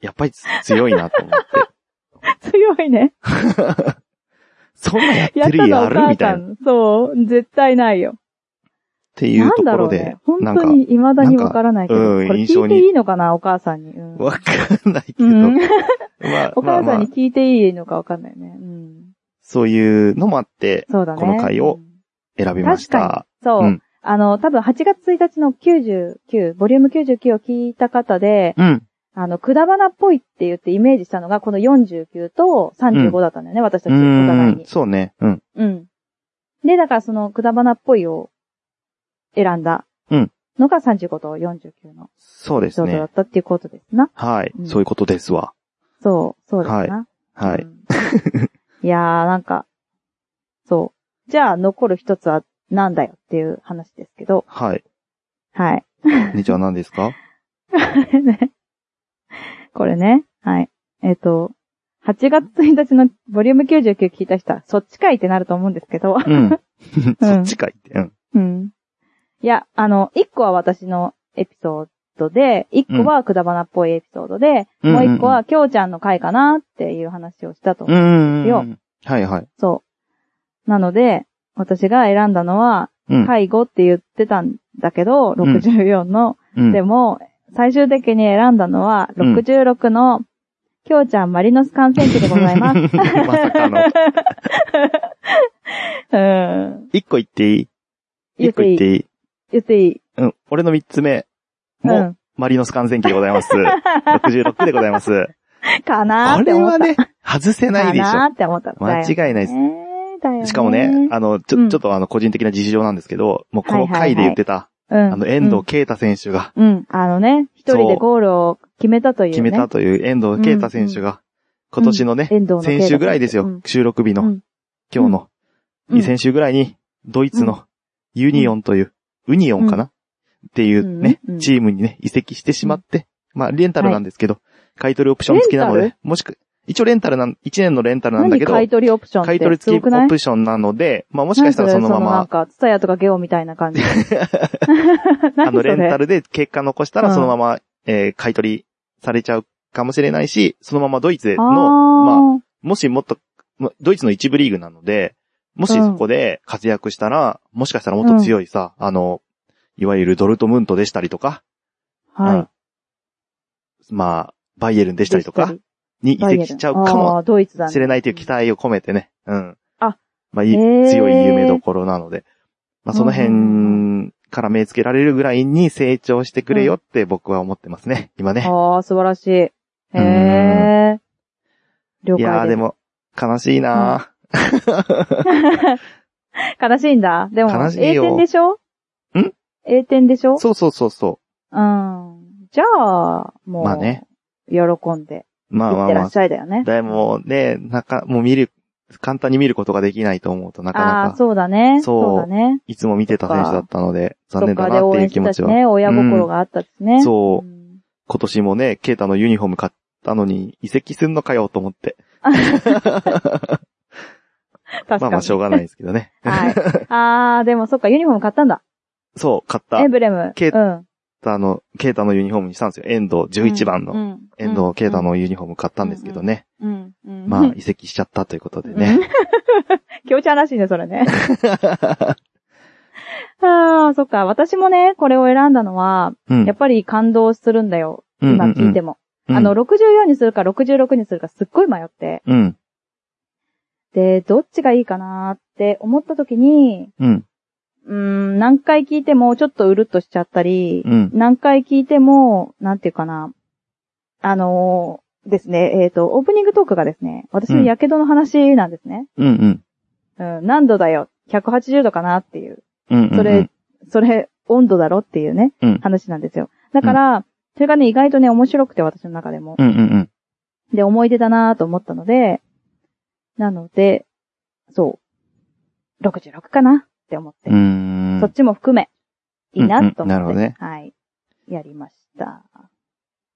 A: やっぱり強いなと思って。
B: 強いね。
A: そんなやって
B: やった
A: る
B: の
A: や
B: お
A: ある
B: 母
A: みた
B: さ
A: いな。っ
B: ん。そう。絶対ないよ。
A: ていう
B: な
A: と
B: んだ
A: こ
B: ろ
A: ろ
B: う
A: で
B: ね。、本
A: な
B: 当
A: んか、
B: に未だにわからないけど。
A: なんかうん
B: これ
A: 印象
B: 聞
A: に
B: いていいのかなお母さんに。うん
A: わかんない けど、
B: うん、
A: まあ、
B: お母
A: ま
B: さ
A: あ
B: ん
A: まあ、
B: に聞いていいのかわかんないね。うん。
A: そういうのもあって、
B: そうだね。
A: この回を
B: うん
A: 選びまし
B: 確
A: た。
B: そう。
A: うん
B: あの、多分8月1日の99、ボリューム99を聞いた方で、
A: うん。
B: あの、くだばなっぽいって言ってイメージしたのが、この49と35だったんだよね、私た
A: う
B: ちお互い
A: ん。
B: に。
A: そうね。うん。
B: うん。で、だからその、くだばなっぽいを選んだ
A: うん
B: のが35と49の
A: そうです
B: 状況だ
A: ね
B: っ。たっていうことですな。
A: はい、
B: うん
A: そういうことですわ。
B: そう、そうですな。
A: は
B: う
A: い。
B: ん。いやー、なんか、そう。じゃあ、残る一つはなんだよっていう話ですけど、
A: はい。
B: はい。
A: 姉ちゃん何ですか
B: これね。これね。はい。えっ、と、8月1日のボリューム99聞いた人は、そっちかいってなると思うんですけど。
A: うん。そっちかいって。うん。
B: うん。いや、あの、1個は私のエピソードで、1個はくだばなっぽいエピソードで、
A: うん
B: もう1個はきょうちゃんの回かなっていう話をしたと。
A: うんうんうん。
B: よ
A: はいはい。
B: そう。なので、私が選んだのは、
A: うん。
B: 介護って言ってたんだけど、64の、
A: うん
B: でも、最終的に選んだのは、
A: うん
B: 66の、きょうちゃんマリノス感染期でございま す。
A: まさかの。
B: うん。
A: 一個言っていい
B: 言
A: 一
B: っ
A: 個
B: て
A: 言っ
B: いい。
A: ていい
B: 言っていい。
A: うん。俺の三つ目
B: う
A: も、
B: ん。
A: マリノス感染期でござい ます。66でございます。
B: かなー
A: こ
B: って
A: れ
B: 思っ
A: は
B: た。
A: ね、外せないでし
B: かな
A: ょ。
B: ーって思った。
A: 間違いないです。
B: えー、だよね。
A: しかもね、あの、ち
B: う
A: ょ、
B: ん
A: ちょっとあの、個人的な事情なんですけど、もうこの回で言ってた、
B: うん、
A: あの、遠藤啓太選手が、
B: うん。うん。あのね、一人でゴールを決めたというね。
A: 決めたという遠藤啓太選手が、今年のね、
B: 遠藤の
A: 先週ぐらいです
B: う
A: よ
B: ん。
A: 収録日の、
B: うん
A: 今日の、
B: うん
A: 先週ぐらいに、ドイツのユニオンという、ユニオンかな、っていうね、
B: うんうん
A: チームにね、移籍してしまって、まあ、レンタルなんですけど、買い取りオプション付きなの
B: レン
A: で、もしく、一応レンタルなん、一年のレンタルなんだ
B: 何
A: けど、
B: 買い取りオプションって
A: 買い取り
B: す
A: 付
B: ご
A: き
B: くない
A: オプションなので、まあもしかしたらそのま
B: 何
A: ま、
B: それそのなんか、ツタヤとかゲオみたいな感 じ。
A: あ
B: あ
A: の、レンタルで結果残したら
B: うん
A: そのまま、えー買い取りされちゃうかもしれないし、そのままドイツ
B: あ
A: の、まあ、
B: ー
A: もしもっと、まドイツの一部リーグなので、もしそこで活躍したら、もしかしたらもっと強いさ、あの、いわゆるドルトムントでしたりとか、
B: は
A: う
B: い
A: ん。まあ、バイエルンでしたりと
B: デ
A: か
B: ジ
A: に移
B: タル。
A: 籍しちゃうか
B: あ
A: も
B: ードイツだね。
A: しれないという期待を込めてね、うん。
B: あ、
A: まあ、いい
B: へー
A: 強い夢どころなので、まあ、その辺から目つけられるぐらいに成長してくれよって僕は思ってますね、今ね。
B: ああ、素晴らしい。へえ。了
A: いやー
B: 解
A: で
B: です。
A: も、悲しいなー
B: 悲しいんだ。でも、
A: 悲しい
B: A
A: よ
B: 点でしょ
A: ん
B: ?A 点でしょ
A: そうそうそうそ
B: うん。じゃあ、もう、
A: まあね
B: 喜んで、
A: う。まあ
B: 行
A: ま
B: っ
A: あ
B: て
A: ま
B: ら
A: あ
B: っ。しゃいだよね。
A: でもね、なか、もう見る、簡単に見ることができないと思うとなか
B: ああ
A: な
B: ー、
A: か、
B: そうだね。
A: そう
B: そうだね。
A: いつも見てた選手だったので、残
B: どっ
A: 念だ
B: か
A: な
B: で
A: って
B: 応
A: い
B: 援
A: う気
B: してた
A: 持
B: し
A: ちは。
B: ね。親心があったしね。
A: そうん今年もね、ケイタのユニフォーム買ったのに移籍すんのかよと思って。
B: 確
A: ま
B: か
A: あ
B: に。
A: まあしょうがないですけどね。
B: はい。 ああ、でもそっか、ユニフォーム買ったんだ。
A: そう、買った
B: エンブレム。
A: け
B: うん。
A: あの、ケイタのユニフォームにしたんですよ。遠藤11番
B: う
A: の。
B: ん
A: 遠藤ケイタ。のユニフォーム買ったんですけどね。
B: うん。うん
A: まあ、 移籍しちゃったということでね。
B: うん。きょうちゃんらしいね、それね。 ああ、そっか。私もね、これを選んだのは、
A: うん
B: やっぱり感動するんだよ。今聞いて
A: も。
B: も。
A: うん
B: あの、、64にするか66にするかすっごい迷って。
A: うん、
B: で、どっちがいいかなーって思った時に、
A: うん、
B: うーん、何回聞いてもちょっとうるっとしちゃったり、
A: うん、
B: 何回聞いても、なんていうかな。あのーですね、えっ、と、オープニングトークがですね、私の火傷の話なんですね。
A: うん、うん、
B: うん、何度だよ。180度かなっていう。
A: うん。
B: それ、、それ、温度だろっていうね、
A: うん
B: 話なんですよ。だから、それがね、意外とね、面白くて、私の中でも。
A: うん、うん、うん。
B: で、思い出だなぁと思ったので、なので、そう。 66かなって思って
A: うー、ん
B: そっ。ちも含め、いいなと思っ
A: うん
B: て、
A: うんなるほどね
B: はい。やりました。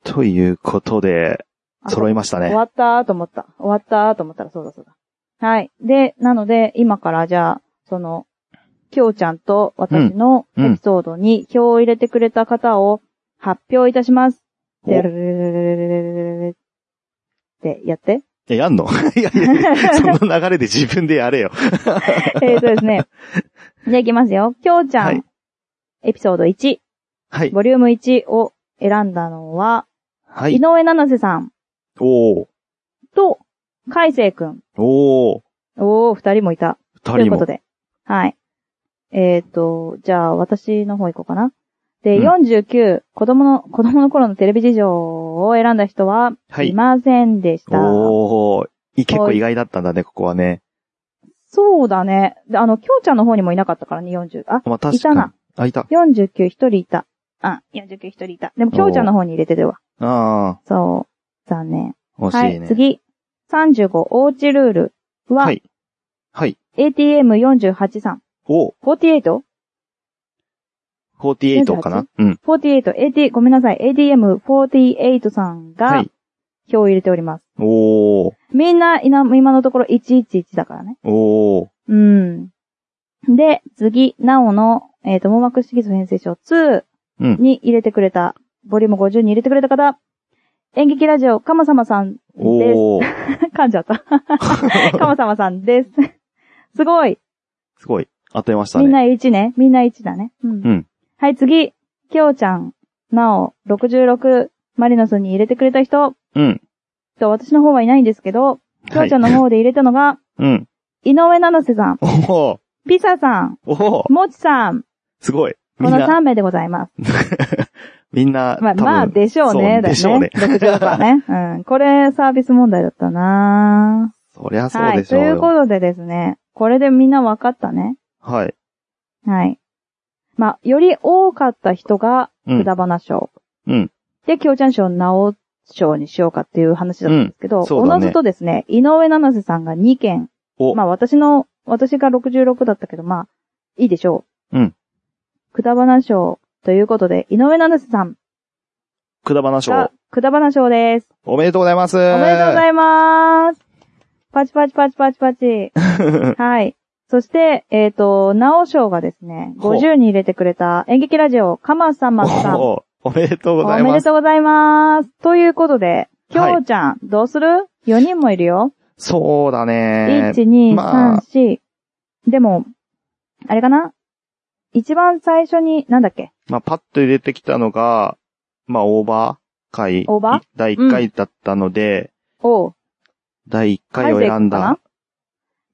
A: ということで、
B: あ
A: 揃いましたね
B: 終わったーと思った。終わったーと思ったら、そうだそうだ。はい。で、なので、今からじゃあ、その、きょうちゃんと私の
A: うんうん
B: エピソードに票を入れてくれた方を発表いたします。
A: お
B: でるるるるるるるるってやって。
A: え、やんの いやいやいや、その流れで自分でや れよ。
B: えーとですね。じゃあいきますよ。きょうちゃん、
A: はい
B: エピソード1、
A: はい。
B: ボリューム1を選んだのは、
A: は
B: 井
A: い。
B: 上七瀬さん
A: おー。
B: と、海星くん。
A: おー。
B: おー、二人もいた。と
A: 二
B: いう
A: 人
B: こと
A: も。
B: で。はい。えっ、と、じゃあ、私の方行こうかな。で、
A: うん
B: 49、子供の、子供の頃のテレビ事情を選んだ人は、
A: はいい。
B: ませんでした。
A: おー。い結構意外だったんだね、ここはね。
B: そうだね。であの、きょうちゃんの方にもいなかったからね、40。あ、
A: まあ、確
B: いた
A: かに
B: な。
A: あ、いた。
B: 49一人いた。あ、49一人いた。でも、きょうちゃんの方に入れてるわ。
A: あ
B: そう。残念。
A: あ、惜しい
B: は
A: ね。
B: い、次。35、おうちルールは、
A: はい。はい。
B: ATM48 さん。
A: おー。
B: 48?
A: 48かなうん。
B: 48、AT、ごめんなさい、ADM48 さん
A: は
B: が
A: い。
B: 票を入れております。
A: おー。
B: みんないな、今のところ111だからね。
A: おー。
B: うん。で、次、なおの、えっ、と、網膜色素変性症2
A: うん
B: に入れてくれた、ボリューム50に入れてくれた方、演劇ラジオ、かまさまさんです。
A: おー。
B: 噛んじゃ った。かまさまさんです。すごい。
A: すごい。当てました
B: みん
A: ね。
B: な1ね。みんな1だね。うん。
A: うん
B: はい、次。きょうちゃん、なお、66、マリノスに入れてくれた人、
A: うん。
B: と、私の方はいないんですけど、きょ
A: は
B: う
A: い
B: ちゃんの方で入れたのが、
A: うん。
B: 井上七瀬さん、
A: おー。
B: ピサさん、
A: おー。
B: もちさん、
A: すごい。み
B: こ
A: ん
B: の
A: な、
B: 3名でございます。
A: みんな、
B: まあ、
A: 多分
B: まあ、でしょう
A: そ
B: ね、
A: う
B: だよね。
A: でしょう ね。
B: 60はね。うん。これ、サービス問題だったな
A: そりゃそう
B: は
A: で
B: い。
A: し
B: と
A: ょう
B: いう
A: よ。
B: ことでですね、これでみんな分かったね。
A: はい。
B: はい。まあ、より多かった人が、
A: うん
B: くだばな賞。
A: うん。
B: で、きょうちゃん賞、なお賞にしようかっていう話だったんですけど、
A: うん
B: お
A: そう
B: の
A: だね
B: ずとですね、井上七瀬さんが2件。
A: お
B: まあ、私の、私が66だったけど、まあ、いいでしょう。
A: うん。
B: くだばな賞ということで、井上七瀬さん
A: くだばな賞。
B: が、くだばな賞です。
A: おめでとうございます。お
B: おめでとうござ
A: い
B: います。パチパチパチパチ パチ。
A: ます。
B: はい。そして、えっ、と、なお賞がですね、
A: ほう
B: 50に入れてくれた演劇ラジオ、かまさまさん。お
A: おおめでとうござい
B: め
A: ま。
B: ですとうございます。ということで、き
A: はい
B: ょうちゃん、どうする ?4 人もいるよ。
A: そうだね。
B: 1、2、
A: まあ
B: 3、4。でも、あれかな一番最初に、なんだっけ
A: まあ、パッと入れてきたのが、まあ、オーバー回。
B: オーバー
A: 第1回だったので、
B: おう、
A: 第1回を選んだ。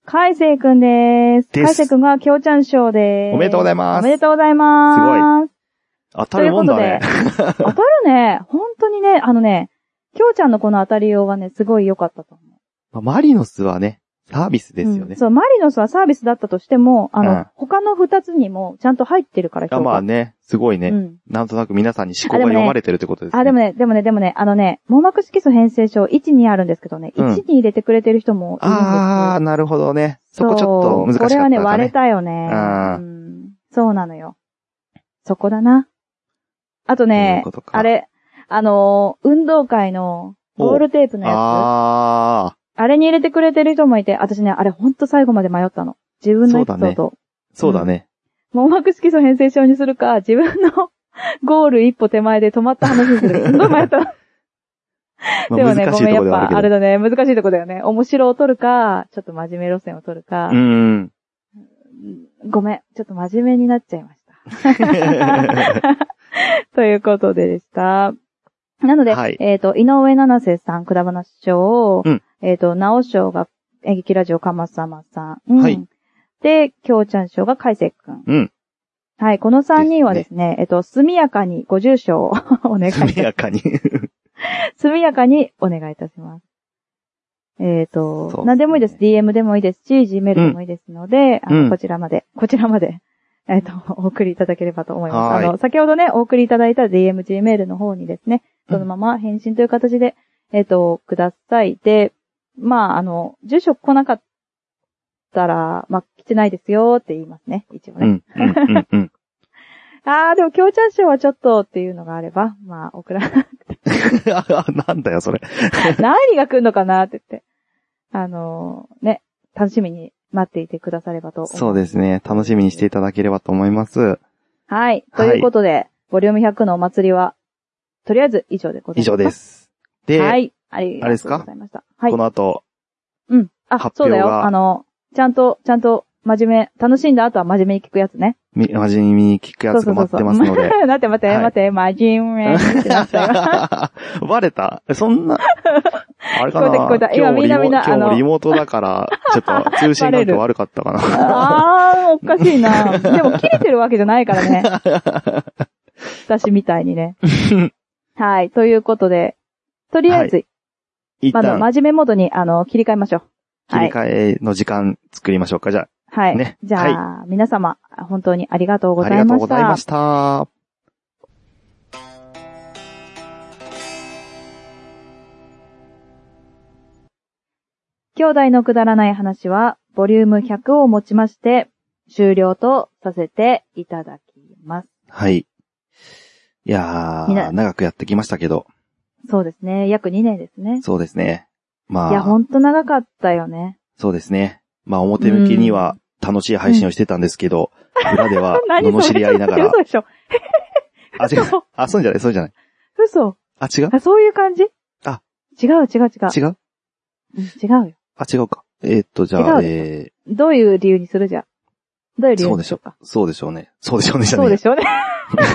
B: かいせいくんです。
A: です
B: かいせいくんがきょうちゃん賞です。
A: おめでとうございます
B: おめでとうございます。
A: 当たるもんだね。
B: 当たるね。本当にね、あのね、きょうちゃんのこの当たりようがね、すごい良かったと思う。
A: まあマリノスはね、サービスですよ
B: うん
A: ね。
B: そう、マリノスはサービスだったとしても、あの、
A: うん
B: 他の二つにもちゃんと入ってるから、
A: あまあね、すごいね、
B: うん。
A: なんとなく皆さんに思考が読まれてるってことですね。
B: あ、でもね、でもね、でもね、あのね、網膜色素変性症1にあるんですけどね、
A: うん
B: 1に入れてくれてる人もいるんですよ。
A: あー、なるほどね。そこちょっと難しかった
B: そうこれはね、割れ
A: た。
B: たよね。
A: あー
B: うんそうなのよ。そこだな。あ
A: そ
B: と
A: うい
B: ね
A: うこと、か
B: あれ、あのー運動会のボールテープのやつ。
A: あ
B: あれに入れてくれてる人もいて、私ね、あれほんと最後まで迷ったの。自分のエピソ
A: そう
B: ー
A: だ
B: ド。
A: ー、そうだね。
B: 網膜色素変性症にするか、自 分のゴール一歩手前で止まった話にするか。すごい 迷ったの。で
A: ま
B: も
A: あ、
B: ね、
A: 難
B: ご
A: しい
B: めん、
A: とこ
B: や
A: で
B: っ
A: はある
B: ぱ、あ
A: け
B: れ
A: ど。
B: だね、難しいとこだよね。面白を取るか、ちょっと真面目路線を取るか
A: う、ん。
B: ごめん、ちょっと真面目になっちゃいました。 ということででした。なので、
A: はい
B: えっ、と、井上七瀬さん、くだばな賞、
A: うん
B: えっ、と、なお賞が演劇ラジオかまさまさん。
A: はい
B: で、きょうちゃん賞がかいせいくん。
A: うん
B: はい、この3人はですね、えっ、と、速やかに50賞を お願いいたし
A: 速やかに。
B: ます。速やかにお願いいたします。えっ、
A: そ
B: と、
A: うですね
B: 何でもいいです。DM でもいいですし、Gmail でもいいですので、あ
A: う
B: の
A: ん
B: こちらまで、こちらまで、えっ、と、お送りいただければと思いま
A: は
B: す。
A: い
B: あの、先ほどね、お送りいただいた DM、Gmail の方にですね、そのまま返信という形で、えっ、と、ください。で、まあ、あの、住所来なかったら、まあ、来てないですよって言いますね、一応
A: う
B: ね。
A: ん、うん、うん、うん。
B: あー、でも、強ちゃん賞はちょっとっていうのがあれば、まあ、送ら、
A: あなんだよ、それ。
B: 何が来るのかなって言って。あのーね、楽しみに待っていてくださればと思います。
A: そうですね。楽しみにしていただければと思います。
B: はい。ということで、ボリューム100のお祭りは、とりあえず以上でございます。。
A: 以上ですす。で、
B: はい。あり
A: あれ
B: が
A: です
B: とう
A: か
B: ございました。はい
A: こ。の後、
B: うん。あ、
A: 発
B: そう
A: 表が
B: だよ。あの、ちゃんと、ちゃんと、真面目、楽しんだ後は真面目に聞くやつね。
A: み、真面目に聞くやつが待ってますの で。
B: 待って待って、
A: はい
B: 待って、真面目にってなった よ。
A: バレたそんな、あれかな
B: 聞こえた聞こえた今みんなみんな
A: 今日
B: あ
A: も
B: の
A: リモートだから、ちょっと通信環境悪かったかな。
B: あー、おかしいな。でも、切れてるわけじゃないからね。私みたいにね。はい。ということで、とりあえず、
A: 一
B: まだ
A: 旦、
B: 真面目モードに、あの、切り替えましょう。
A: 切
B: は
A: り
B: い。
A: 替えの時間作りましょうか。じゃ
B: はい。
A: ね
B: じゃあ、皆様、本当にありがとう
A: あ、
B: ご
A: あり
B: ざい
A: がと
B: ま
A: う
B: し
A: ござい
B: た
A: ま。した。
B: 兄弟のくだらない話は、ボリューム100をもちまして、終了とさせていただきます。
A: はい。いや
B: みんな
A: ー、長くやってきましたけど、
B: そうですね。約2年ですね。
A: そうですね。まあ、
B: いや、ほんと長かったよね。、
A: そうですね。まあ、表向きには楽しい配信をしてたんですけど、裏では
B: 何そ
A: 罵
B: れ
A: り合いながら
B: 嘘、でしょ
A: あ、違う、
B: 嘘
A: あ、そうじゃない、そうじゃない。
B: 嘘
A: あ、違う
B: あ、そういう感じ
A: あ。
B: 違う違う違う。
A: 違う
B: うん違うよ。
A: あ、違うか。えーっと、じゃあ、
B: 違う
A: え
B: どういう理由にするじゃん。どうい
A: ー、
B: う理由
A: そう
B: に
A: ですしょ
B: るか。
A: そうでしょうね。そうでしょうね、じゃね
B: そうでしょうね。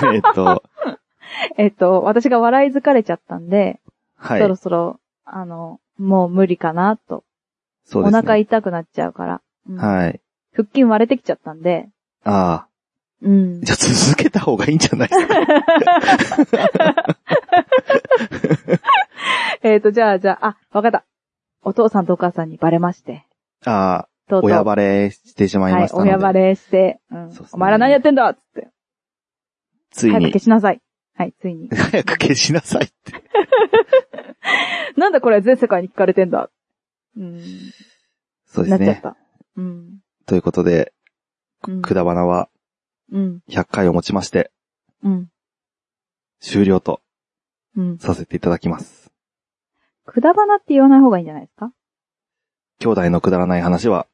A: えっと、
B: えっと、私が笑い疲れちゃったんで、
A: はい
B: そ。ろそろ、あの、もう無理かなと。
A: そう
B: お
A: ですね。
B: 腹痛くなっちゃうから。うん
A: はい。
B: 腹筋割れてきちゃったんで、
A: あ
B: うん
A: あ。。じゃあ続けた方がいいんじゃないです か。
B: えっと、じゃあ、じゃあ、あ、わかった。お父さんとお母さんにバレまして、
A: ああ、
B: とうとう。
A: 親バレしてしまい
B: は
A: ま
B: い
A: し、たので。
B: 親バレして、うん
A: そうっすね
B: お前ら何やってんだっつって、
A: つい
B: 早く
A: に。
B: 消、しなさい。はい、ついに
A: 早く消しなさいって。
B: なんだこれ全世界に聞かれてんだ。うん。
A: そうで
B: な
A: す
B: っちゃっ
A: ね。
B: た。うん。
A: ということで、
B: うん
A: くだばなは
B: うん。
A: 100回をもちまして、
B: うん。
A: 終了と
B: うん。
A: させていただきます。
B: くだばなって言わない方がいいんじゃないですか
A: 兄弟のくだらない話 は、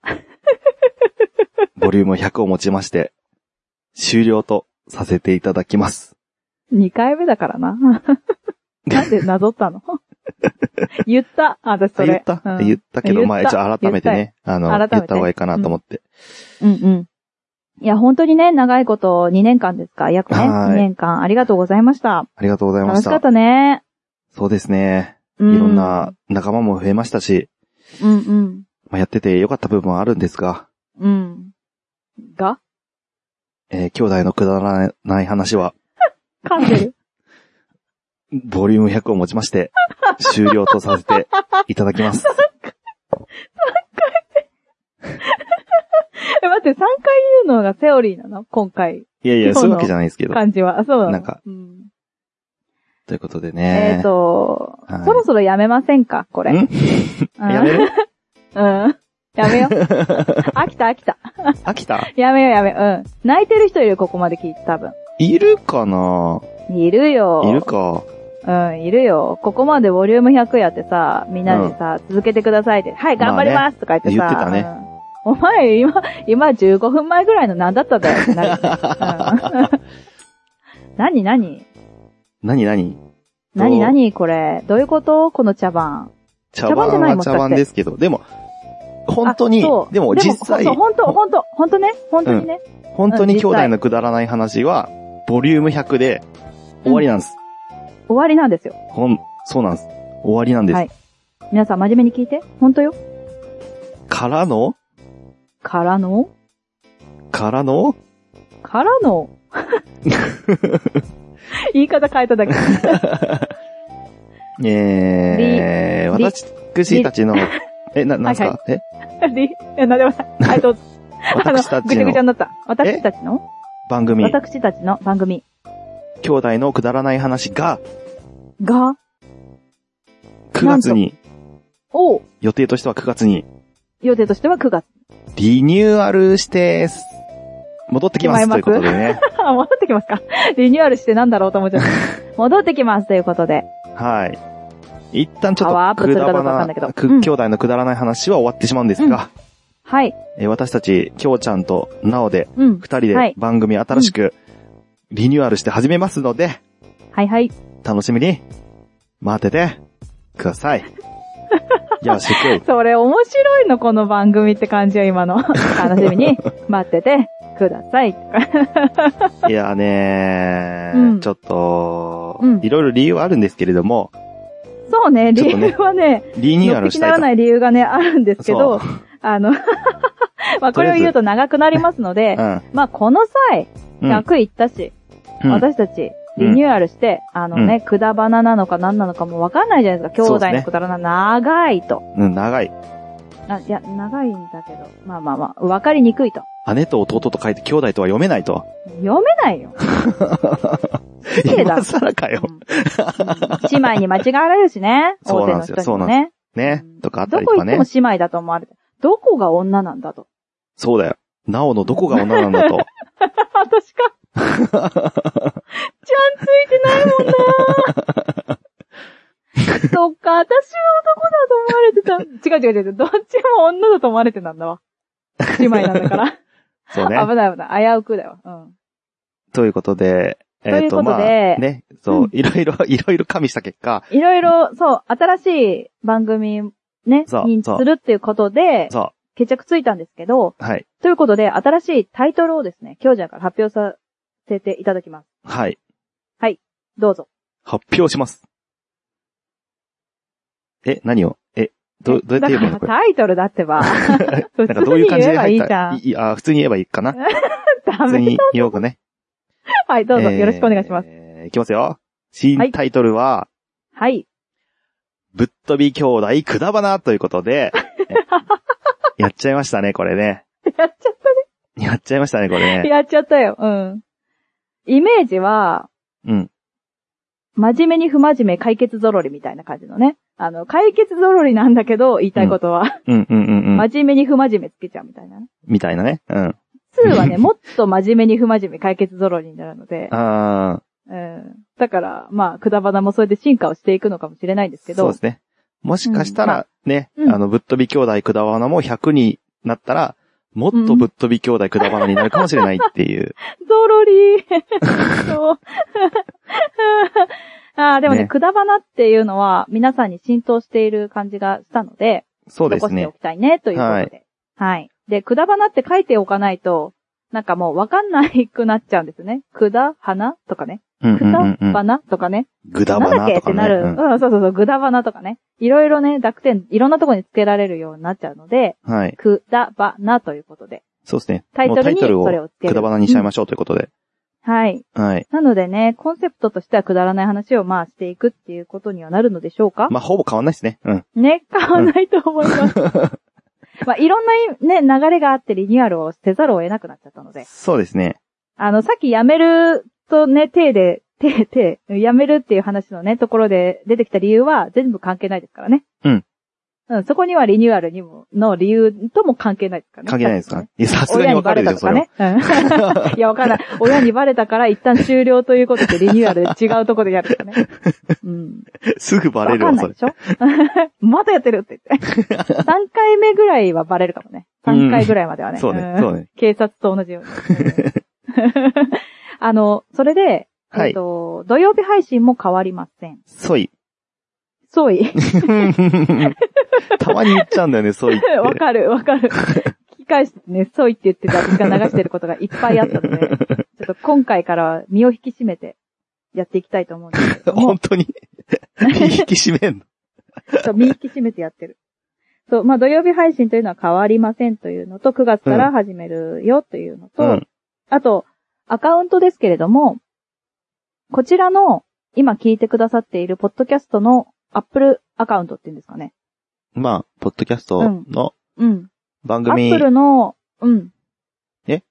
A: ボリューム100をもちまして、終了とさせていただきます。
B: 二回目だからな。 なんでなぞったの 言った。あ、私そ
A: あ
B: れ。
A: 言った、
B: うん
A: 言ったけど、
B: 言った
A: まあ一応改めてね、あの、
B: 改めて
A: 言った方がいいかなと思って。
B: うんうん。いや、本当にね、長いこと2年間ですか約ね。
A: はい
B: 2年間ありがとうございました。
A: ありがとうございま
B: 楽
A: し
B: しか
A: た
B: っ。たね。
A: そうですね。
B: う
A: い
B: ん。
A: ろんな。仲間も増えましたし、
B: うんうん。
A: まあ、やってて良かった部分はあるんですが、
B: うん。が
A: えー兄弟のくだらない話は、
B: 噛んで る。
A: ボリューム100をもちま して、終了とさせていただきます。
B: え、待って、3回言うのがセオリーなの今回。
A: いやいや、
B: そう
A: そういう
B: なの
A: わけじゃないですけど。
B: 感じは。あそうなの
A: なんか。
B: うん
A: ということで
B: え
A: ね
B: っ。と、
A: はい
B: そろそろやめませんかこれ。
A: ん
B: うん
A: やめる
B: うん。やめよう。 飽きた飽きた。
A: 飽きた
B: やめようやめよう。うん。泣いてる人いる、ここまで聞いて、多分。
A: いるかない
B: るよ。
A: いるか。
B: うん、いるよ。ここまでボリューム100やってさ、みんなでさ、続けてくださいって、はい、頑張りますとか言ってさ、
A: 言ってたね
B: うんお前、今、今15分前ぐらいの何だったんだ よってなるよね。うん、何何
A: なになに
B: 何何これ。どういうことこの茶番。
A: 茶番
B: 茶番じゃない
A: は
B: もんだ
A: 茶
B: って
A: 番ですけど、でも、本当に
B: あそ、う
A: でも実際
B: で、もそうそう、本当本当本当ね。本当にね。
A: 本当
B: うん
A: に
B: 実
A: 兄
B: 際
A: 弟のくだらない話は、ボリューム100で終わりなんです。
B: 終わりなんですよ。
A: ほん、そうなんです。終わりなんです。
B: はい皆さん真面目に聞いて。本当よ。
A: からの
B: からの
A: からの
B: から の言い方変えただけ。
A: えー、
B: り
A: 私たちの、え、な、なんす
B: は
A: かえ
B: で、いやなんでもない。はい、どうぞ。あ の
A: 私た
B: ぐ
A: ち
B: ちゃぐ
A: の
B: ちゃになった。私たちの
A: 番組、
B: 私たちの番組
A: 兄弟のくだらない話が、
B: が、
A: 9月に、
B: を
A: 予定としては9月に
B: 予定としては9月。
A: リニューアルして、戻ってきます
B: 決
A: と
B: ま
A: いう
B: り
A: こ
B: ます
A: とでね。
B: あ戻ってきますかリニューアルしてなんだろうと思 っちゃった。戻ってきますということで。
A: はい。一旦ちょ
B: パワーア
A: っ
B: ップ
A: と、
B: す
A: く
B: る
A: だ
B: かどう
A: ば
B: かわかんないけど
A: な、
B: う
A: く
B: ん
A: 兄弟のくだらない話は終わってしまうんですが、
B: はい。
A: えー私たち、きょうちゃんとなおで、
B: うん。
A: 二人
B: はい
A: で番組新しくリニューアルして始めますので、
B: はいはい。
A: 楽しみに待っててくだ さい。よろしく。
B: それ面白いの、この番組って感じ よ、今の。楽しみに待っててください。
A: いやーねー、
B: うん
A: ちょっと、
B: うん
A: いろいろ理由はあるんですけれども、
B: そうね、
A: ちょ
B: 理
A: っとね
B: 由はね、
A: リニューア
B: のっ
A: ル
B: ぴ
A: し
B: きな
A: たい
B: ら
A: と。
B: ない理由がね、あるんですけど、
A: そう
B: あの、まあこれを言うと長くなりますので、まあこの際、
A: うん。うん。
B: 100いったし、
A: うん
B: 私たち、リニューアルして、あのね、くだばななのか何なのかもわかんないじゃないですか。兄
A: そうです
B: 弟
A: ね
B: のくだらな、長いと。
A: うん、長い。
B: あ、いや、長いんだけど、まあまあまあ、わかりにくいと。
A: 姉と弟と書いて兄弟とは読めないと。
B: 読めな いよ。礼だ
A: 今更かよ
B: う。ん姉妹に間違われるしね。
A: そうなんですよ
B: 大手の人にもね。
A: ね
B: う。ん
A: とかあった
B: ど
A: り
B: こと行
A: か
B: っ
A: ね
B: ても。姉妹だと思われて。どこが女なんだと。
A: そうだよ。なおのどこが女なん だと。
B: 私か。ちゃんついてないもんなそっか、私は男だと思われてた。違う違う違う違う。どっちも女だと思われてたんだわ。姉妹なんだから。
A: そう ね。
B: 危ない危ない。危うくだよ。うん。
A: ということで、え
B: とい
A: っ
B: うこ
A: と、
B: とで
A: まあ、ね、そうう、いろいろ、 いろいろ加味した結果、
B: いろいろ、そう、新しい番組、ね、
A: そう
B: に
A: そう
B: するっていうことで、
A: そ
B: 決着ついたんですけど、
A: う、はい、
B: ということで、新しいタイトルをですね、今日じゃんから発表させていただきます。
A: はい、
B: どうぞ。
A: 発表します。え、何をえ、ど、どうやって言えばいいのこれ
B: だからタイトルだってば。
A: な
B: 普
A: ん
B: 通
A: かどうい
B: に
A: う感じ
B: 言え
A: で
B: ば
A: 入
B: いい
A: っ
B: じゃ
A: た
B: ん。
A: いいあ、普通に言えばいいかな
B: ダ
A: 普通
B: メ。
A: に言おうかね。
B: はい、どうぞ、
A: えー
B: よろしくお願いします。。
A: いきますよ。新
B: はい
A: タイトルは、
B: はい。
A: ぶっ飛び兄弟くだばなということ で、えやっちゃいましたね、これね。
B: やっちゃっ
A: やっちゃいましたね、これ
B: た、
A: ね。
B: やっちゃったよ。うん。イメージは、
A: うん。
B: 真面目に不真面目解決ぞろりみたいな感じのね。あの、解決ぞろりなんだけど、言いたいことは、
A: うん、うん、うん、うん。
B: 真面目に不真面目つけちゃうみたいな。
A: みたいなね。うん。
B: 2はね、もっと真面目に不真面目解決ぞろりになるので、
A: あ
B: うん。だから、まあ、くだばなもそれで進化をしていくのかもしれないんですけ
A: ー、そう
B: ど
A: で、すね。もしかしたら、ね、
B: うん
A: あの、ぶっ飛び兄弟くだばなも100になったら、もっとぶっ飛び兄弟くだばなになるかもしれないって いう。
B: ゾロリーそう。 ああ、でもね、
A: ね
B: くだばなっていうのは皆さんに浸透している感じがしたので、
A: そうです
B: 残して
A: ね
B: お。きたいね、ということで。はい。で、くだばなって書いておかないと、なんかもうわかんないくなっちゃうんですね。くだ、はなとかね。
A: うんう
B: く
A: んうん
B: だ、
A: うん
B: ば。なとかね。
A: ぐだ
B: な
A: ば
B: んだ
A: な
B: っけ
A: と
B: って
A: か
B: な
A: ね。
B: る。
A: う
B: うんん、そうそうそう、ぐだばなとかね。いろいろね、濁点、いろんなところにつけられるようになっちゃうので、
A: はい。
B: くだばなということで。
A: そうですね。
B: タイ
A: も
B: ト
A: うタ
B: ル
A: イ
B: に
A: ト
B: そ
A: ルを
B: れをつける。
A: くだばなにしちゃいましょうということで。
B: はい。
A: はい。
B: なのでね、コンセプトとしてはくだらない話をまあしていくっていうことにはなるのでしょうか、
A: まあ、ほぼ変わんないですね。うん。
B: ね、買わないと思 います。まあいろんなね、流れがあってリニューアルをせざるを得なくなっちゃったので。
A: そうですね。
B: あの、さっき辞めるとね、手で、手、手、辞めるっていう話のね、ところで出てきた理由は全部関係ないですからね。
A: うん。
B: うん、そこにはリニューアルにも、の理由とも関係ないですからね。
A: 関係ないです
B: さっきのね
A: かいや、さすが
B: 親
A: に
B: に
A: わか
B: バレ
A: るで
B: た
A: しょ、そ
B: とか
A: れは。
B: ね。うん いや、わかんない。親にバレたから一旦終了ということでリニューアルで違うとこでやるとか ね。うん。
A: すぐバレ
B: わ
A: る
B: か
A: わ、
B: んな
A: そ
B: い
A: れ
B: で。しょ またやってるって言って。3回 目ぐらいはバレるかもね。3回ぐらいまではね。
A: そうね、そうね。
B: ん警察と同じように。 あの、それで、
A: はい
B: えっと、土曜日配信も変わりません。
A: そい。
B: そ うい。
A: たまに言っちゃうんだよね、そう言っ
B: わ
A: て。
B: かる、わかる。聞き返してね、そう言って言ってた私が流してることがいっぱいあったので、ちょっと今回からは身を引き締めてやっていきたいと思うんですけ ども
A: 本、当に。引き締め んの。
B: そう身を引き締めてやってる。そう、まあ土曜日配信というのは変わりませんというのと、9月から始めるよというのと、
A: うん。
B: あと、アカウントですけれども、こちらの今聞いてくださっているポッドキャストのアップルアカウントっていうんですかね。
A: まあ、ポッドキャストの
B: うん。
A: 番
B: アッ
A: 組
B: プ、ルの、うん。
A: え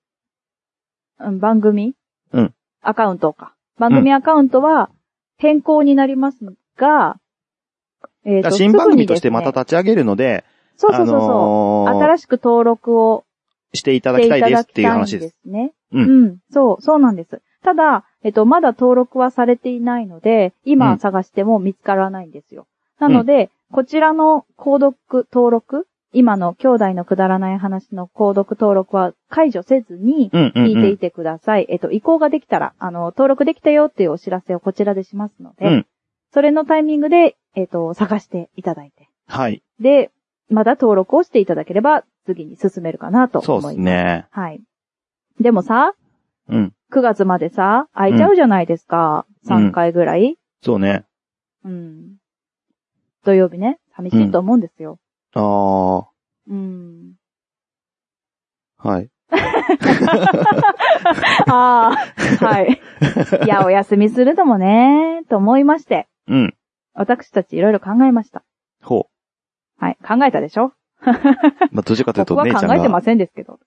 B: うん、番組
A: うん。
B: アカウントか。番組アカウントは変更になりますが、えっ
A: 新番組として
B: すぐ
A: ま
B: に
A: た
B: です
A: 立ち
B: ね
A: 上げるので、
B: そうそうそうそう、
A: あのー
B: 新しく登録を
A: していただきたいですっていう話です。
B: していただきたいんですね。
A: う
B: うんん、そう、そうなんです。ただ、えっと、まだ登録はされていないので、
A: うん
B: 今探しても見つからないんですよ。なので、こちらの購読登録、今の兄弟のくだらない話の購読登録は解除せずに、
A: うんうん、
B: 聞いて
A: う
B: いてください。えっと、移行ができたら、あの、登録できたよっていうお知らせをこちらでしますので、
A: うん
B: それのタイミングで、えっと、探していただいて。
A: ん。はい。
B: で、まだ登録をしていただければ、次に進めるかなと
A: そう
B: 思いま。
A: ですすね。
B: はい。でもさ、
A: うん。
B: 9月までさ、空いちゃうじゃないですか。
A: うん
B: 3回ぐらい。
A: そうね。
B: うん。土曜日ね、寂しいと思うんですよ。
A: ああ、は
B: うん。
A: い。
B: ああ、 はい。いや、お休みするのもね、と思いまして、
A: うん。
B: 私たちいろいろ考えました。
A: ほ
B: はい。考えたでしょ
A: う。まあ、どちらかというと、
B: 僕は
A: 姉ちゃん
B: 考
A: が
B: えてませんですけど。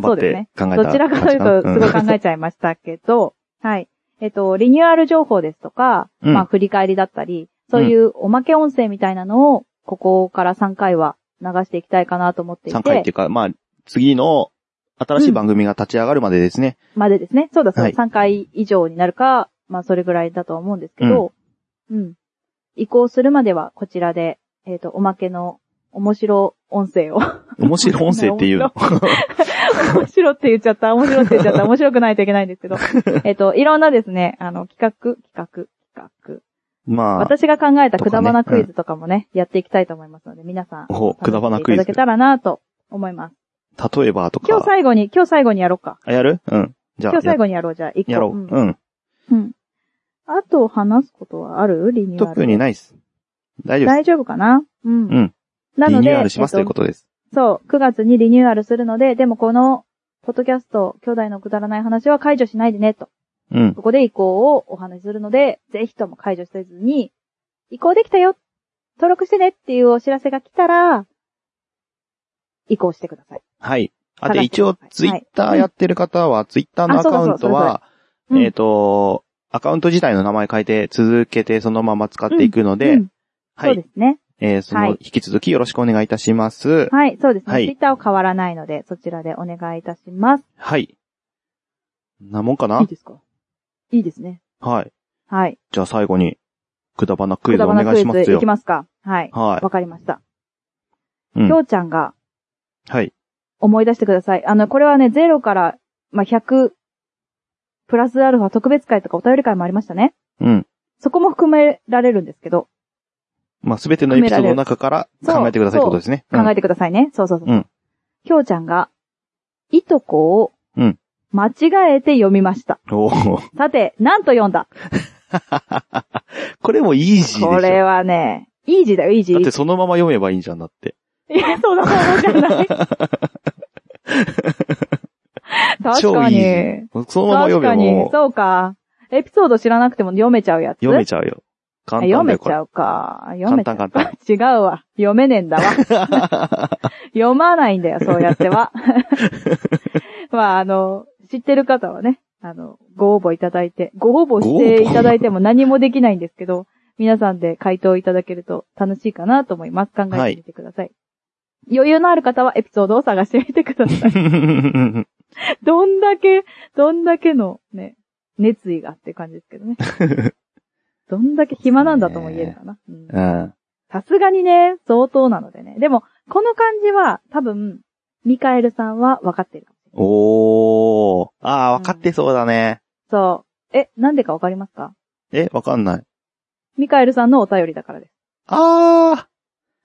A: 頑
B: あ、そ
A: 張っ
B: う
A: て
B: ですね。
A: 考えた。
B: どちらかというと、すごい考えちゃいましたけど、 はい。えっと、リニューアル情報ですとか、
A: うん
B: まあ、振り返りだったり、そういうおまけ音声みたいなのを、ここから3回は流していきたいかなと思ってい
A: 3回ってい
B: て、
A: うか、まあ、次の新しい番組が立ち上がるまでですね。
B: までですね。そうだそう
A: は
B: だ、
A: い
B: 3回以上になるか、まあ、それぐらいだと思うんですけど、うん。移行するまでは、こちらで、えっと、おまけの、面白音声を
A: 面白い音声っていうの。
B: 面白って言っちゃった、面白って言っちゃった、面白くないといけないんですけど。 えっと、いろんなですね、あの、企画、企画、企画。
A: まあ、
B: 私が考えた
A: とかね
B: くだばなクイズとかもね、やっていきたいと思いますので、皆さん、
A: ほう、くだばなクイ
B: 楽しんでいただ
A: ズ
B: け。たらなと思います。
A: 例えばと
B: 今日
A: か。
B: 最後に、今日最後にやろうか。
A: あ、やるうん。じゃあ、
B: 今日最
A: や
B: 後にやろう、じゃあ、一個。
A: やろう。
B: ん
A: うん。
B: うん。あと、話すことはあるリニューアル。
A: 特にないっす。大丈夫です。
B: 大丈夫かなうん。
A: うん
B: な
A: リ
B: の
A: ニ
B: で、
A: ューアルしますとい
B: えっ
A: う
B: と
A: ことです。
B: そう、9月にリニューアルするので、でもこの、ポッドキャスト、兄弟のくだらない話は解除しないでね、と。
A: うん。
B: ここで移行をお話しするので、ぜひとも解除せずに、移行できたよ登録してねっていうお知らせが来たら、移行してください。
A: はい。あと
B: 探して
A: 一応、
B: くだ
A: ツ
B: さ
A: イ
B: い
A: ッターやってる方は、ツイッターのアカウントは、
B: そうそうそれそれ
A: えっと、アカウント自体の名前変えて続けてそのまま使っていくの
B: う
A: で、
B: ん
A: は
B: そう
A: い
B: で。すね。
A: えーその、
B: はい
A: 引き続きよろしくお願いいたします。
B: はい、そうですね。
A: は
B: ツ
A: い
B: イッターは変わらないので、そちらでお願いいたします。
A: はい。こんなもんか
B: いい
A: な
B: ですかいいですね。
A: はい。
B: はい。
A: じゃあ最後に、くだばなクイ
B: く
A: ズ
B: だ
A: お
B: ばな
A: 願いしま
B: ク
A: す
B: イズい
A: よ
B: き。ますか。はい。
A: は
B: わかりました。
A: い。うん
B: きょ。うちゃんが
A: はい。
B: 思い出してください。あの、これはね、0から、まあ、100、プラスアルファ特別会とかお便り会もありましたね。
A: うん。
B: そこも含められるんですけど、
A: まあ、すべてのエピソードの中から考えてくださいってことですね。
B: 考え
A: て。
B: てくださいね。そうそうそう。
A: うん
B: きょうちゃんが、いとこを
A: うん、
B: 間違えて読みました。
A: おー
B: さて、なんと読んだ
A: これもイージーでしょ。
B: これはね、イージーだよ、イージ
A: だ
B: ー。
A: ってそのまま読めばいいんじゃんだって。
B: いや、そうだ、そうじゃ ない。確
A: 超
B: か
A: イ
B: に。
A: ージー。そのまま読め
B: 確か
A: ば
B: に
A: も。う
B: そうか。エピソード知らなくても読めちゃうやつ
A: 読めちゃうよ。簡単
B: 読
A: だ
B: め
A: よ、こ
B: ち
A: れ
B: ゃ。うか。読めちゃう。
A: 簡単
B: 違うわ。読めねえんだわ。 読まないんだよ、そうやっては。 まあ、あの、知ってる方はね、あの、ご応募いただいて、ご応募していただいても何もできないんですけど、皆さんで回答いただけると楽しいかなと思います。考えてみてください。余裕のある方はエピソードを探してみてく ださい。どんだけ、どんだけのね、熱意がって感じです けどね。どんだけ暇なんだとも言えるかな。うん
A: うん。
B: さすがにね、相当なのでね。でも、この感じは、多分、ミカエルさんは分かってるかもしれない。
A: おー。あー、分かってそうだね。
B: そう。え、なんでか分かりますか
A: え、わかんない。
B: ミカエルさんのお便りだからです。
A: あ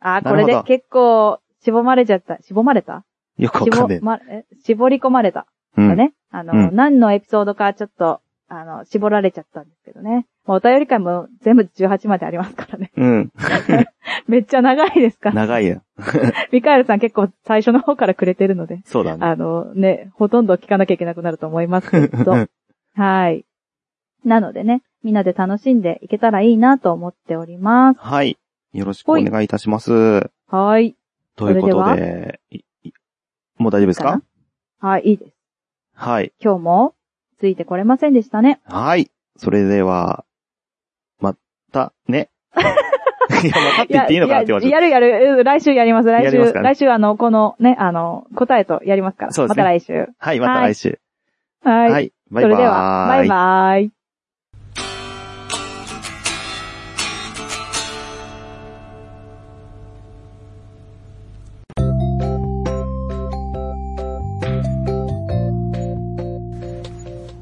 B: あー、
A: な
B: こ
A: るほ
B: れ
A: ど
B: で結構、しぼまれちゃった。しぼまれた
A: ー。よくわ
B: し
A: か
B: ぼ
A: んね
B: ま、え絞り込まれた。
A: え。うん。
B: ね。あの、
A: うん
B: 何のエピソードかちょっと、あの、絞られちゃったんですけどね。もうお便り会も全部18までありますからね。
A: うん。
B: めっちゃ長いですから。
A: 長いや。
B: ミカエルさん結構最初の方からくれてるので。
A: そうだね。
B: あのね、ほとんど聞かなきゃいけなくなると思いますけ ど。はい。なのでね、みんなで楽しんでいけたらいいなと思っております。
A: はい。よろしくお願いいたします。
B: はい。
A: ということ
B: それ
A: で、いいもう大丈夫ですか
B: かはい、いいです。
A: はい。
B: 今日もついてこれませんでしたね。
A: はい。それでは、またね。
C: いや、まあ、立って言っていいのかなって言われ
D: や
C: て。
D: やるやる。うん来週やります。来
C: や
D: 週、
C: りますからね
D: 来週あの、このね、あの、答えとやりますから。
C: そうですね
D: また来週。
C: はい、また来週。
D: はい。
C: はい、バイバー
D: そ
C: イ。
D: れでは、バイバイ。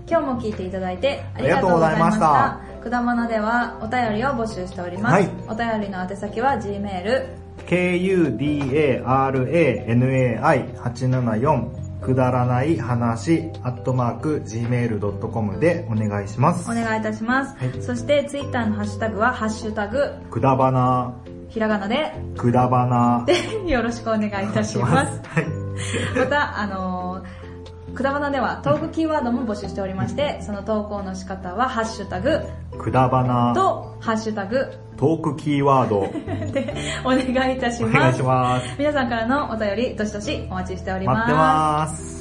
B: 今日も聞いていただいて
A: あ
B: あり
A: り
B: が
A: が
B: と
A: と
B: う
A: うご
B: ござ
A: ざ
B: い
A: い
B: ま
A: ま
B: し
A: した
B: た。くだまなではお便りを募集しております。
A: はい
B: お便りの宛先は G メール
A: kudaranai874 くだらない話アットマーク gmail.com でお願いします。
B: お願いいたします。
A: はい
B: そしてツイッターのハッシュタグはハッシュタグ
A: くだばな、
B: ひらがなで
A: くだばな、
B: よろしくお願いいたします。
A: はい。
B: また、あのーくだばなではトークキーワードも募集しておりまして、その投稿の仕方はハッシュタグ
A: くだばな、
B: とハッシュタグ
A: トークキーワー ド、
B: でお願いいたし
A: お
B: ま
A: 願い
B: す
A: し。ます。
B: 皆さんからのお便り、どしどしお待ちしており
A: 待ってます。